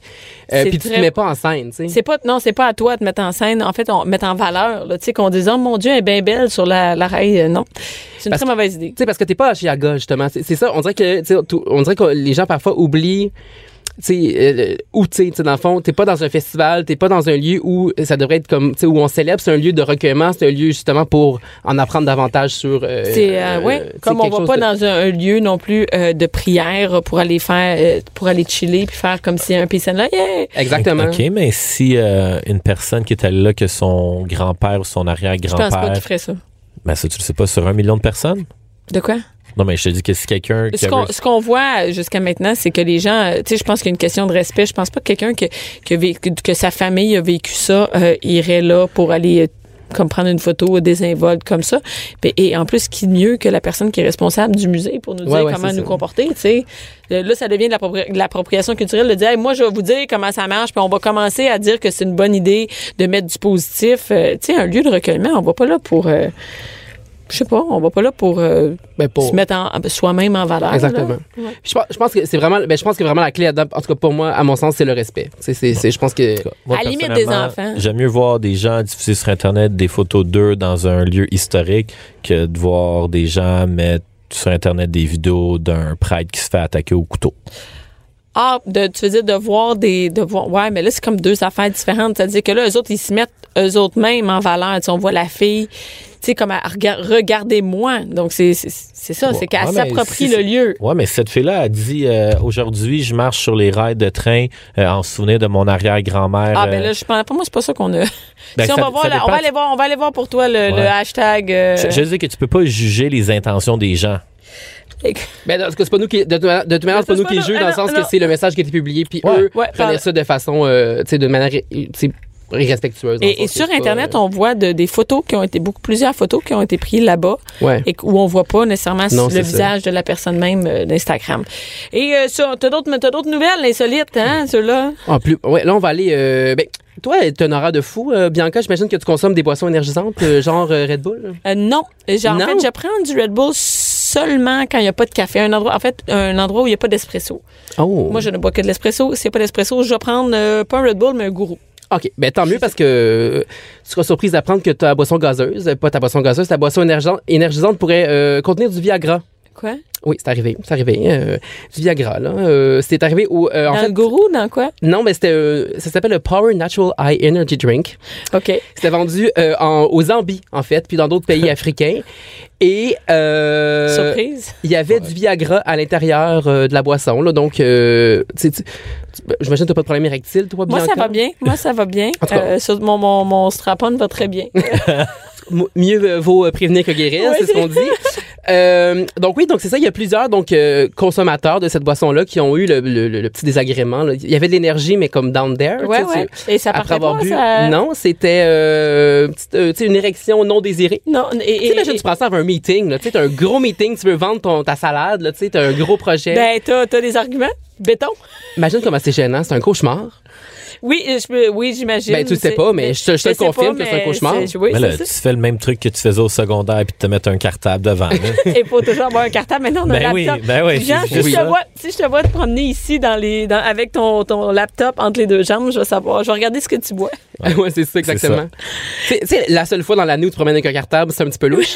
Speaker 3: C'est
Speaker 6: euh, puis tu te
Speaker 3: très-
Speaker 6: mets pas en scène, tu sais.
Speaker 3: C'est pas non, c'est pas à toi de mettre en scène. En fait, on mettre en valeur, là, tu sais, qu'on dise oh mon Dieu, elle est bien belle sur la, la rail. Euh, Non, c'est une
Speaker 6: Parce
Speaker 3: très mauvaise idée.
Speaker 6: Tu sais, parce que t'es pas à Chiaga, justement. C'est c'est ça, on dirait que, tu sais, tout- on dirait que les gens parfois oublient. tu sais, euh, où tu sais, tu sais, dans le fond, t'es pas dans un festival, t'es pas dans un lieu où ça devrait être comme, tu sais, où on célèbre, c'est un lieu de recueillement, c'est un lieu justement pour en apprendre davantage sur. euh,
Speaker 3: C'est euh,
Speaker 6: euh,
Speaker 3: ouais,
Speaker 6: tu sais,
Speaker 3: comme on
Speaker 6: quelque
Speaker 3: va
Speaker 6: chose
Speaker 3: pas
Speaker 6: de-
Speaker 3: dans un, un lieu non plus euh, de prière pour aller faire euh, pour aller chiller puis faire comme si un piscine là, yeah!
Speaker 6: Exactement.
Speaker 4: OK, mais si euh, une personne qui est allée là, que son grand-père ou son
Speaker 3: Je pense pas qu'il
Speaker 4: arrière-grand-père,
Speaker 3: ferait ça.
Speaker 4: ben ça, tu le sais pas, sur un million de personnes?
Speaker 3: De quoi
Speaker 4: Non, mais je te dis que si quelqu'un... qui
Speaker 3: Ce qu'on
Speaker 4: avait-
Speaker 3: ce qu'on voit jusqu'à maintenant, c'est que les gens, euh, tu sais, je pense qu'il y a une question de respect. Je pense pas que quelqu'un que que, vécu- que sa famille a vécu ça euh, irait là pour aller euh, comme prendre une photo désinvolte comme ça. Puis- Et en plus, qui de mieux que la personne qui est responsable du musée pour nous dire
Speaker 6: Ouais, ouais,
Speaker 3: comment
Speaker 6: c'est
Speaker 3: nous
Speaker 6: ça.
Speaker 3: comporter, tu sais. Euh, Là, ça devient de l'appropri- de l'appropriation culturelle de dire, Hey, moi, je vais vous dire comment ça marche, puis on va commencer à dire que c'est une bonne idée de mettre du positif. Euh, tu sais, un lieu de recueillement, on va pas là pour... euh, je sais pas, on va pas là pour, euh,
Speaker 6: Ben, pour-
Speaker 3: se mettre en- soi-même en valeur. là.
Speaker 6: Exactement. Je, pense, je pense que c'est vraiment, ben, je pense que vraiment la clé là-dedans, en tout cas pour moi, à mon sens, c'est le respect. Tu sais, c'est- c'est- je pense que.
Speaker 4: Moi,
Speaker 3: À la limite des
Speaker 4: personnellement,
Speaker 3: enfants.
Speaker 4: J'aime mieux voir des gens diffuser sur Internet des photos d'eux dans un lieu historique que de voir des gens mettre sur Internet des vidéos d'un prêtre qui se fait attaquer au couteau.
Speaker 3: Ah, de, tu veux dire de voir des. De voir, ouais, mais là, c'est comme deux affaires différentes. C'est-à-dire que là, eux autres, ils se mettent eux autres mêmes en valeur. Tu sais, on voit la fille sais, comme à rega- regardez-moi. Donc, c'est c'est- c'est ça,
Speaker 4: Ouais.
Speaker 3: c'est qu'elle
Speaker 4: Ah, mais
Speaker 3: s'approprie
Speaker 4: si
Speaker 3: le
Speaker 4: c'est-
Speaker 3: lieu.
Speaker 4: Ouais, mais cette fille-là a dit euh, aujourd'hui, je marche sur les rails de train euh, en souvenir de mon arrière-grand-mère.
Speaker 3: Ah,
Speaker 4: euh,
Speaker 3: ben là, je pense, pour moi, c'est pas ça qu'on a.
Speaker 4: ben,
Speaker 3: si on
Speaker 4: ça-
Speaker 3: va voir,
Speaker 4: ça
Speaker 3: là, on
Speaker 4: dépend.
Speaker 3: va aller voir, on va aller voir pour toi le, le
Speaker 4: Ouais.
Speaker 3: hashtag. euh,
Speaker 4: Je, je veux dire que tu peux pas juger les intentions des gens.
Speaker 6: Mais en tout cas, c'est pas nous qui, de toute manière, de toute manière, c'est pas
Speaker 3: c'est
Speaker 6: nous
Speaker 3: pas
Speaker 6: qui
Speaker 3: nous.
Speaker 6: jugeons
Speaker 3: Ah
Speaker 6: dans le
Speaker 3: non,
Speaker 6: sens
Speaker 3: non.
Speaker 6: que c'est le message qui a été publié, puis
Speaker 4: Ouais.
Speaker 6: eux
Speaker 3: Ouais,
Speaker 6: prenaient
Speaker 3: par-
Speaker 6: ça de façon, euh, tu sais, de manière euh, tu sais, irrespectueuse. dans le
Speaker 3: Et, et
Speaker 6: sens que
Speaker 3: sur
Speaker 6: c'est pas,
Speaker 3: Internet,
Speaker 6: euh,
Speaker 3: on voit de- des photos qui ont été, beaucoup, plusieurs photos qui ont été prises là-bas
Speaker 6: Ouais.
Speaker 3: et qu- où on voit pas nécessairement
Speaker 6: Non,
Speaker 3: le
Speaker 6: c'est ça.
Speaker 3: visage de la personne même euh, d'Instagram. Et euh, ça, t'as d'autres, t'as d'autres nouvelles insolites, hein, ceux-là?
Speaker 6: En plus, ouais, là, on va aller. euh, ben, toi, t'es un horaire de fou, euh, Bianca. J'imagine que tu consommes des boissons énergisantes, euh, genre euh, Red Bull.
Speaker 3: Euh, non. Genre,
Speaker 6: Non?
Speaker 3: En fait, je prends du Red Bull seulement quand il n'y a pas de café. Un endroit, en fait, un endroit où il n'y a pas d'espresso.
Speaker 6: Oh.
Speaker 3: Moi, je ne bois que de l'espresso. S'il n'y a pas d'espresso, je vais prendre euh, pas un Red Bull, mais un gourou.
Speaker 6: OK. Ben, tant mieux parce que euh, tu seras surprise d'apprendre que ta boisson gazeuse, euh, pas ta boisson gazeuse, ta boisson énergisante, énergisante pourrait euh, contenir du Viagra.
Speaker 3: Quoi?
Speaker 6: Oui, c'est arrivé. C'est arrivé. euh, du Viagra, là. Euh, c'est arrivé au. euh, en
Speaker 3: dans
Speaker 6: fait,
Speaker 3: le gourou, dans quoi?
Speaker 6: non, mais c'était. euh, ça s'appelle le Power Natural Eye Energy Drink.
Speaker 3: OK.
Speaker 6: C'était vendu euh, en, aux Zambie, en fait, puis dans d'autres pays africains. Et. Euh,
Speaker 3: Surprise.
Speaker 6: Il y avait du Viagra à l'intérieur euh, de la boisson, là, donc euh, tu sais, tu- tu- ben, j'imagine que t'as pas de problème érectile, toi,
Speaker 3: Moi, ça
Speaker 6: Bianca?
Speaker 3: va bien. Moi, ça va bien.
Speaker 6: En tout cas-
Speaker 3: Euh, sur- mon, mon, mon strap-on va très bien.
Speaker 6: M- mieux euh, vaut euh, prévenir que guérir,
Speaker 3: Ouais,
Speaker 6: c'est ce qu'on dit. Euh, donc oui, donc c'est ça. Il y a plusieurs donc euh, consommateurs de cette boisson-là qui ont eu le, le- le- le petit désagrément. là. Il y avait de l'énergie, mais comme down there.
Speaker 3: Ouais,
Speaker 6: tu sais,
Speaker 3: ouais.
Speaker 6: tu-
Speaker 3: Et ça
Speaker 6: Après
Speaker 3: partait
Speaker 6: avoir
Speaker 3: pas,
Speaker 6: bu,
Speaker 3: ça...
Speaker 6: non, c'était euh, petite, euh, tu sais, une érection non désirée.
Speaker 3: Non, et,
Speaker 6: Tu
Speaker 3: et,
Speaker 6: sais, imagine,
Speaker 3: et-
Speaker 6: tu prends ça avant un meeting, là, tu sais, t'as un gros meeting, tu veux vendre ton, ta salade, là, tu sais, t'as un gros projet.
Speaker 3: ben, t'as, t'as des arguments? Béton?
Speaker 6: Imagine comment c'est gênant, c'est un cauchemar.
Speaker 3: Oui, euh, je, peux- oui j'imagine.
Speaker 6: Ben, tu le sais
Speaker 3: C'est-
Speaker 6: pas, mais je te- je te
Speaker 3: sais pas,
Speaker 6: confirme que c'est un
Speaker 3: mais
Speaker 6: cauchemar.
Speaker 3: c'est- Oui,
Speaker 4: mais là,
Speaker 3: c'est
Speaker 4: tu
Speaker 3: ça.
Speaker 4: fais le même truc que tu faisais au secondaire puis te mettre un cartable devant. là.
Speaker 3: Et faut toujours avoir un cartable. Maintenant, on a
Speaker 4: Ben
Speaker 3: un
Speaker 4: oui,
Speaker 3: laptop.
Speaker 4: ben oui,
Speaker 3: Jean,
Speaker 4: c'est
Speaker 3: si,
Speaker 4: juste
Speaker 3: je te
Speaker 4: ça.
Speaker 3: vois, si je te vois te promener ici dans les, dans- avec ton, ton laptop entre les deux jambes, je vais savoir. Je vais regarder ce que tu bois.
Speaker 6: Ouais, c'est ça, exactement. Tu sais- tu sais, la seule fois dans l'année où tu te promènes avec un cartable, c'est un petit peu louche.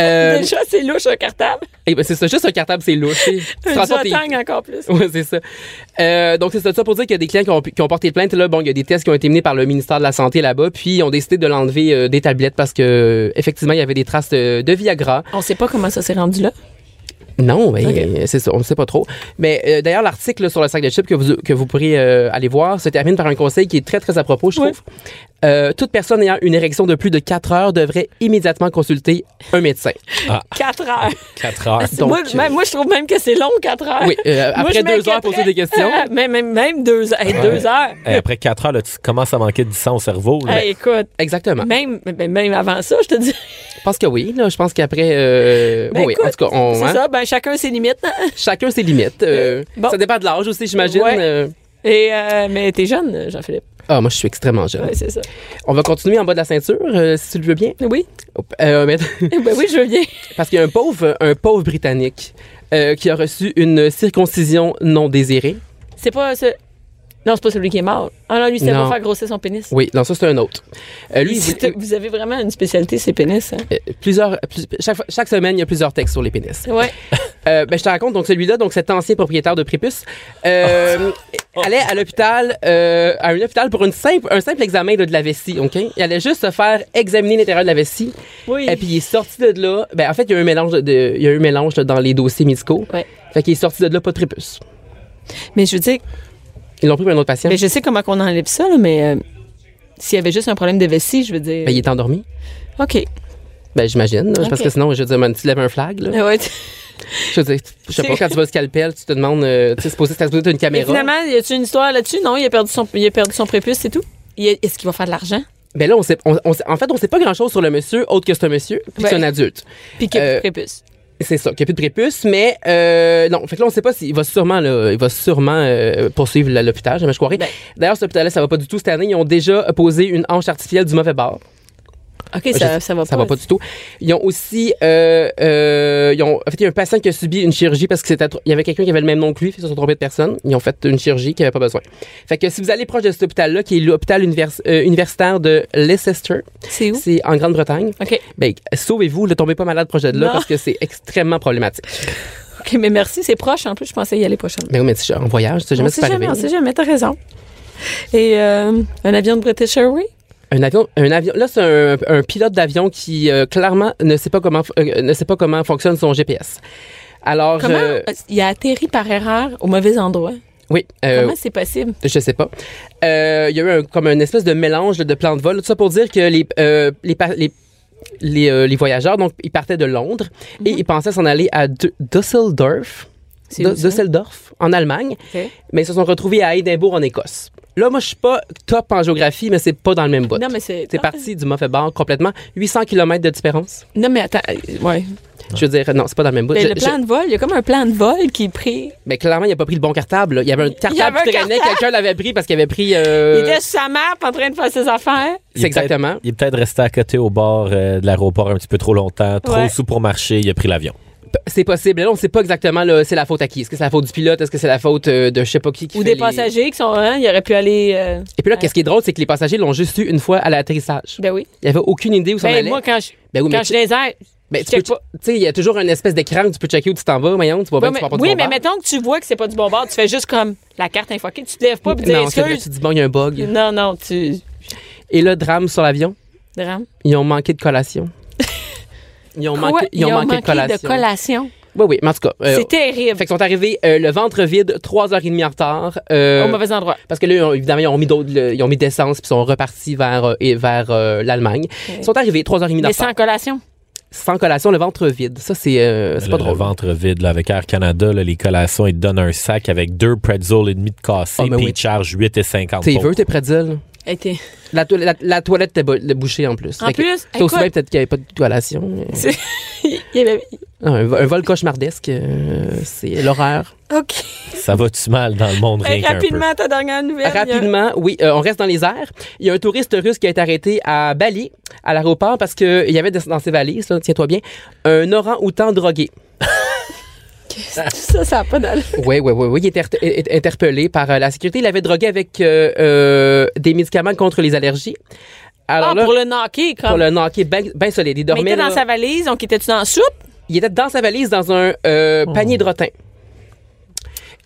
Speaker 6: Euh,
Speaker 3: Déjà, c'est louche un cartable.
Speaker 6: eh ben, c'est ça, juste un cartable, c'est louche. tu sais. Tu
Speaker 3: Un
Speaker 6: transportes tes-
Speaker 3: tang encore plus.
Speaker 6: Ouais, c'est ça. Euh, donc, c'est ça, ça pour dire qu'il y a des clients qui ont, pu- qui ont porté plainte. Là, bon, il y a des tests qui ont été menés par le ministère de la Santé là-bas, puis ils ont décidé de l'enlever euh, des tablettes parce que, euh, effectivement, il y avait des traces de, de Viagra.
Speaker 3: On sait pas comment ça s'est rendu là.
Speaker 6: Non, mais euh, c'est ça, on ne sait pas trop. Mais euh, d'ailleurs, l'article là, sur le sac de chips que vous, que vous pourrez euh, aller voir se termine par un conseil qui est très, très à propos, je
Speaker 3: Oui.
Speaker 6: trouve. Euh, toute personne ayant une érection de plus de 4 heures devrait immédiatement consulter un médecin.
Speaker 3: Quatre heures.
Speaker 4: Quatre heures.
Speaker 6: Donc,
Speaker 3: moi,
Speaker 6: euh,
Speaker 3: même- moi, je trouve même que c'est long, quatre heures.
Speaker 6: Oui, euh,
Speaker 3: Ah. Moi, je
Speaker 6: après deux heures,
Speaker 3: m'inquiéterais.
Speaker 6: poser des questions.
Speaker 3: Ah, même, même, même deux, hey, deux heures.
Speaker 4: Hey, après quatre heures, là, tu commences à manquer du sang au cerveau. là.
Speaker 3: Hey, écoute,
Speaker 6: Exactement.
Speaker 3: même, ben, même avant ça, je te dis.
Speaker 6: Je pense que oui. Là, je pense qu'après, euh,
Speaker 3: Ben,
Speaker 6: oui,
Speaker 3: écoute,
Speaker 6: en tout cas, on,
Speaker 3: C'est
Speaker 6: hein,
Speaker 3: ça, ben, chacun ses limites. hein.
Speaker 6: chacun ses limites. euh,
Speaker 3: bon.
Speaker 6: Ça dépend de l'âge aussi, j'imagine.
Speaker 3: Ouais.
Speaker 6: euh.
Speaker 3: Et, euh, mais t'es jeune, Jean-Philippe.
Speaker 6: Ah, moi, je suis extrêmement jeune.
Speaker 3: Ouais, c'est ça.
Speaker 6: On va continuer en bas de la ceinture, euh, si tu le veux bien.
Speaker 3: Oui,
Speaker 6: Euh, mais-
Speaker 3: ben oui, je veux bien.
Speaker 6: Parce qu'il y a un pauvre, un pauvre Britannique euh, qui a reçu une circoncision non désirée.
Speaker 3: C'est pas ce... Non, c'est pas celui qui est mort. Ah non, lui, c'était
Speaker 6: Non.
Speaker 3: pour faire grossir son pénis.
Speaker 6: Oui, non, ça, c'est un autre. Euh, lui, il
Speaker 3: C'est-
Speaker 6: voulait-
Speaker 3: vous avez vraiment une spécialité, ces pénis. Hein?
Speaker 6: euh, plusieurs, plus- chaque, fois- chaque semaine, il y a plusieurs textes sur les pénis.
Speaker 3: Ouais.
Speaker 6: Euh, ben, je te raconte, donc celui-là, donc cet ancien propriétaire de prépuce, euh, allait à l'hôpital, euh, à un hôpital pour une simple, un simple examen là, de la vessie, OK? Il allait juste se faire examiner l'intérieur de la vessie.
Speaker 3: Oui.
Speaker 6: Et puis il est sorti de là. Ben, en fait, il y a eu un mélange, de- de, il y a eu un mélange là, dans les dossiers médicaux.
Speaker 3: Ouais.
Speaker 6: Fait qu'il est sorti de là, pas de prépuce.
Speaker 3: Mais je veux dire,
Speaker 6: Ils l'ont pris pour un autre patient.
Speaker 3: mais je sais comment qu'on enlève ça, là, mais euh, s'il y avait juste un problème de vessie, je veux dire.
Speaker 6: Ben, il est endormi.
Speaker 3: OK.
Speaker 6: Ben, j'imagine. là,
Speaker 3: Ok.
Speaker 6: Parce que sinon, je veux dire, man, tu te lèves un flag. Là.
Speaker 3: Ouais.
Speaker 6: Je veux dire, je sais pas, quand tu vas au scalpel, tu te demandes, euh, tu sais, c'est supposé t'as supposé t'as une
Speaker 3: Mais
Speaker 6: caméra.
Speaker 3: finalement, y a-tu une histoire là-dessus? Non, il a perdu son, il a perdu son prépuce, c'est tout. Il a- Est-ce qu'il va faire de l'argent?
Speaker 6: Ben là, on sait, on- on sait- en fait, on sait pas grand-chose sur le monsieur, autre que c'est un monsieur, puis c'est
Speaker 3: Ouais.
Speaker 6: un adulte.
Speaker 3: Puis qu'il a
Speaker 6: Euh,
Speaker 3: plus de prépuce.
Speaker 6: C'est ça, qu'il n'y a plus de prépuce, mais euh, non. Fait que là, on sait pas s'il va sûrement, là, il va sûrement euh, poursuivre là, l'hôpital, jamais je croirais.
Speaker 3: Ben-
Speaker 6: D'ailleurs, cet hôpital-là, ça va pas du tout cette année. Ils ont déjà posé une hanche artificielle du mauvais bord.
Speaker 3: OK,
Speaker 6: je-
Speaker 3: ça, ça va pas.
Speaker 6: Ça va pas du tout. Ils ont aussi, euh, euh, ils ont, en fait, il y a un patient qui a subi une chirurgie parce que c'était, trop- il y avait quelqu'un qui avait le même nom que lui, ils se sont trompés de personne. Ils ont fait une chirurgie qui avait pas besoin. Fait que si vous allez proche de cet hôpital-là, qui est l'hôpital univers- euh, universitaire de Leicester,
Speaker 3: C'est où?
Speaker 6: c'est en Grande-Bretagne.
Speaker 3: OK.
Speaker 6: Ben, sauvez-vous, ne tombez pas malade proche de là
Speaker 3: Non.
Speaker 6: parce que c'est extrêmement problématique.
Speaker 3: OK, mais merci, c'est proche. En plus, je pensais y aller prochainement.
Speaker 6: Mais oui, mais tu sais, en voyage, tu sais
Speaker 3: On
Speaker 6: jamais ce
Speaker 3: sait
Speaker 6: qui peut
Speaker 3: jamais, on
Speaker 6: arriver.
Speaker 3: sait jamais, t'as raison. Et euh, un avion de British Airways?
Speaker 6: Un avion, un avion. Là, c'est un, un pilote d'avion qui euh, clairement ne sait pas comment euh, ne sait pas comment fonctionne son GPS. Alors,
Speaker 3: Comment
Speaker 6: euh,
Speaker 3: il a atterri par erreur au mauvais endroit?
Speaker 6: oui, euh,
Speaker 3: Comment c'est possible?
Speaker 6: je sais pas. Euh, Il y a eu un- comme un espèce de mélange là, de plans de vol. Tout ça pour dire que les euh, les, pa- les les, euh, les voyageurs, donc, ils partaient de Londres et ils pensaient s'en aller à Du-
Speaker 3: Mhm.
Speaker 6: Düsseldorf,
Speaker 3: C'est
Speaker 6: Du-
Speaker 3: où ça?
Speaker 6: Düsseldorf, en Allemagne.
Speaker 3: Ok.
Speaker 6: mais ils se sont retrouvés à Édimbourg en Écosse. Là, moi, je suis pas top en géographie, mais c'est pas dans le même bout.
Speaker 3: Non, mais Ah. c'est.
Speaker 6: C'est parti du mauvais bord complètement. 800 km de différence.
Speaker 3: Non, mais attends. euh, Ouais.
Speaker 6: Je veux dire, non, c'est pas dans le même bout.
Speaker 3: Mais
Speaker 6: Je-
Speaker 3: le
Speaker 6: je-
Speaker 3: plan de vol, il y a comme un plan de vol qui est pris.
Speaker 6: mais clairement, il a pas pris le bon cartable. là. Il y avait un cartable
Speaker 3: avait
Speaker 6: qui
Speaker 3: un
Speaker 6: traînait.
Speaker 3: cartable.
Speaker 6: Quelqu'un l'avait pris parce qu'il avait pris. euh,
Speaker 3: Il était sur sa map en train de faire ses affaires.
Speaker 4: Il
Speaker 6: C'est
Speaker 4: est
Speaker 6: exactement.
Speaker 4: peut-être- Il est peut-être resté à côté au bord euh, de l'aéroport un petit peu trop longtemps, trop
Speaker 3: Ouais.
Speaker 4: sous pour marcher, il a pris l'avion.
Speaker 6: C'est possible. Là, on sait pas exactement là, c'est la faute à qui. Est-ce que c'est la faute du pilote? Est-ce que c'est la faute euh, de je sais pas qui? qui
Speaker 3: Ou
Speaker 6: fait
Speaker 3: des
Speaker 6: les-
Speaker 3: passagers qui sont. Hein, il aurait pu aller. euh,
Speaker 6: Et puis là, qu'est-ce qui est drôle, c'est que les passagers l'ont juste eu une fois à l'atterrissage.
Speaker 3: Ben oui.
Speaker 6: Il y avait aucune idée où ça
Speaker 3: Ben,
Speaker 6: allait.
Speaker 3: moi, quand je.
Speaker 6: Ben oui, mais
Speaker 3: quand je
Speaker 6: tu-
Speaker 3: suis dans les airs, je
Speaker 6: ben, tu peux-
Speaker 3: check
Speaker 6: tu
Speaker 3: pas.
Speaker 6: sais, il y a toujours une espèce d'écran où tu peux checker où tu t'en vas, voyons, tu vois bien
Speaker 3: Ouais,
Speaker 6: que tu vas
Speaker 3: mais-
Speaker 6: pas du
Speaker 3: oui,
Speaker 6: bon
Speaker 3: mais
Speaker 6: bord.
Speaker 3: mettons que tu vois que c'est pas du bon bord, tu fais juste comme la carte infoquée, tu te lèves pas et tu dis
Speaker 6: non, c'est vrai,
Speaker 3: excuse.
Speaker 6: tu dis bon, il y a un bug.
Speaker 3: Non, non, tu.
Speaker 6: Et là, drame sur l'avion,
Speaker 3: Drame.
Speaker 6: ils ont manqué de collation. Ils ont
Speaker 3: Quoi?
Speaker 6: manqué, ils ont manqué, de collation.
Speaker 3: collation.
Speaker 6: Oui, oui, mais en tout cas. euh,
Speaker 3: c'est terrible.
Speaker 6: fait qu'ils sont arrivés euh, le ventre vide, 3h30 en retard. euh,
Speaker 3: Au mauvais endroit.
Speaker 6: Parce que là, ils ont- évidemment, ils ont mis d'autres, le- ils ont mis d'essence puis ils sont repartis vers, euh, et vers euh, l'Allemagne. Ils sont arrivés 3h30 en
Speaker 3: Mais
Speaker 6: retard.
Speaker 3: sans collation.
Speaker 6: Sans collation, le ventre vide. Ça, c'est, euh, c'est
Speaker 4: Le-
Speaker 6: pas
Speaker 4: le
Speaker 6: drôle.
Speaker 4: ventre vide, là, avec Air Canada, là, les collations, ils te donnent un sac avec deux pretzels et demi de cassé,
Speaker 6: Ah, mais
Speaker 4: puis
Speaker 6: oui.
Speaker 4: ils te chargent 8,50
Speaker 6: T'es veux,
Speaker 4: pour.
Speaker 6: t'es pretzels?
Speaker 3: Elle était-
Speaker 6: La, toi- la, la toilette était bo- bouchée en plus.
Speaker 3: En
Speaker 6: Fait que
Speaker 3: plus,
Speaker 6: c'est aussi
Speaker 3: écoute-
Speaker 6: bien peut-être qu'il n'y avait pas de collation. mais-
Speaker 3: Il y avait-
Speaker 6: Non, un, vo- un vol cauchemardesque, euh, c'est l'horreur.
Speaker 3: OK.
Speaker 4: Ça va-tu mal dans le monde, rien
Speaker 3: Hey,
Speaker 4: qu'un peu?
Speaker 3: rapidement, ta dernière nouvelle.
Speaker 6: Rapidement, oui, euh, on reste dans les airs. Il y a un touriste russe qui a été arrêté à Bali, à l'aéroport, parce qu'il y avait dans ses valises, là, tiens-toi bien, un orang-outan drogué.
Speaker 3: il y a- Ça, ça n'a pas d'allure.
Speaker 6: Oui, oui, oui, oui. Il était arte- est- est interpellé par euh, la sécurité. Il avait drogué avec euh, euh, des médicaments contre les allergies. Alors
Speaker 3: Ah,
Speaker 6: là,
Speaker 3: pour le knocker, comme.
Speaker 6: pour le knocker bien solide.
Speaker 3: Mais
Speaker 6: Il
Speaker 3: il
Speaker 6: dormait
Speaker 3: était dans
Speaker 6: là.
Speaker 3: sa valise, donc il était-tu dans la soupe?
Speaker 6: Il était dans sa valise dans un euh, panier de rotin.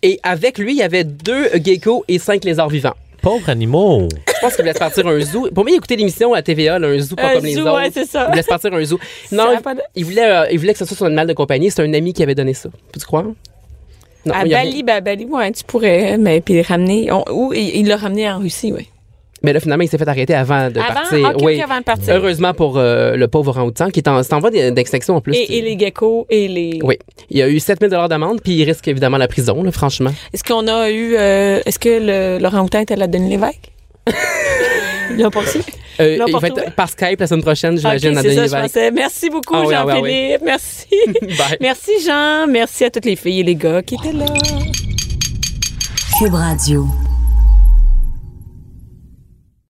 Speaker 6: Et avec lui, il y avait deux geckos et cinq lézards vivants.
Speaker 4: Pauvres animaux!
Speaker 6: Je pense qu'il voulait se partir un zoo. Pour moi, il écoutait l'émission à TVA, là, un zoo pas
Speaker 3: Un
Speaker 6: comme les
Speaker 3: zoo,
Speaker 6: autres.
Speaker 3: ouais, c'est ça.
Speaker 6: Il voulait se partir un zoo. Non,
Speaker 3: a
Speaker 6: il,
Speaker 3: pas de-
Speaker 6: il voulait, euh, il voulait que ce soit son animal de compagnie. C'est un ami qui avait donné ça. Peux-tu croire? Non,
Speaker 3: à
Speaker 6: il y a
Speaker 3: Bali,
Speaker 6: rien.
Speaker 3: ben, à Bali, ouais, tu pourrais, mais puis le ramener. on- ou il il l'a ramené en Russie, oui.
Speaker 6: Mais là, finalement, il s'est fait arrêter avant de
Speaker 3: Avant,
Speaker 6: partir.
Speaker 3: ok, ok,
Speaker 6: Oui.
Speaker 3: avant de partir.
Speaker 6: Heureusement pour euh, le pauvre orang-outan qui est en, c'est en voie d'extinction en plus.
Speaker 3: Et, et les geckos et les.
Speaker 6: Oui. Il a eu 7000 d'amende, puis il risque évidemment la prison, là, franchement.
Speaker 3: Est-ce qu'on a eu. euh, Est-ce que le- Laurent Houtin était là Denis Lévesque? Ils l'ont poursuivi?
Speaker 6: Euh,
Speaker 3: L'ont
Speaker 6: il va
Speaker 3: porté-
Speaker 6: être par Skype la semaine prochaine, j'imagine,
Speaker 3: Ok,
Speaker 6: à
Speaker 3: c'est ça,
Speaker 6: Denis
Speaker 3: je
Speaker 6: Lévesque.
Speaker 3: pensais. Merci beaucoup,
Speaker 6: Ah oui, ah oui, ah
Speaker 3: Jean-Philippe.
Speaker 6: oui.
Speaker 3: Merci.
Speaker 6: Bye.
Speaker 3: Merci, Jean. Merci à toutes les filles et les gars qui étaient là.
Speaker 1: Cube Radio.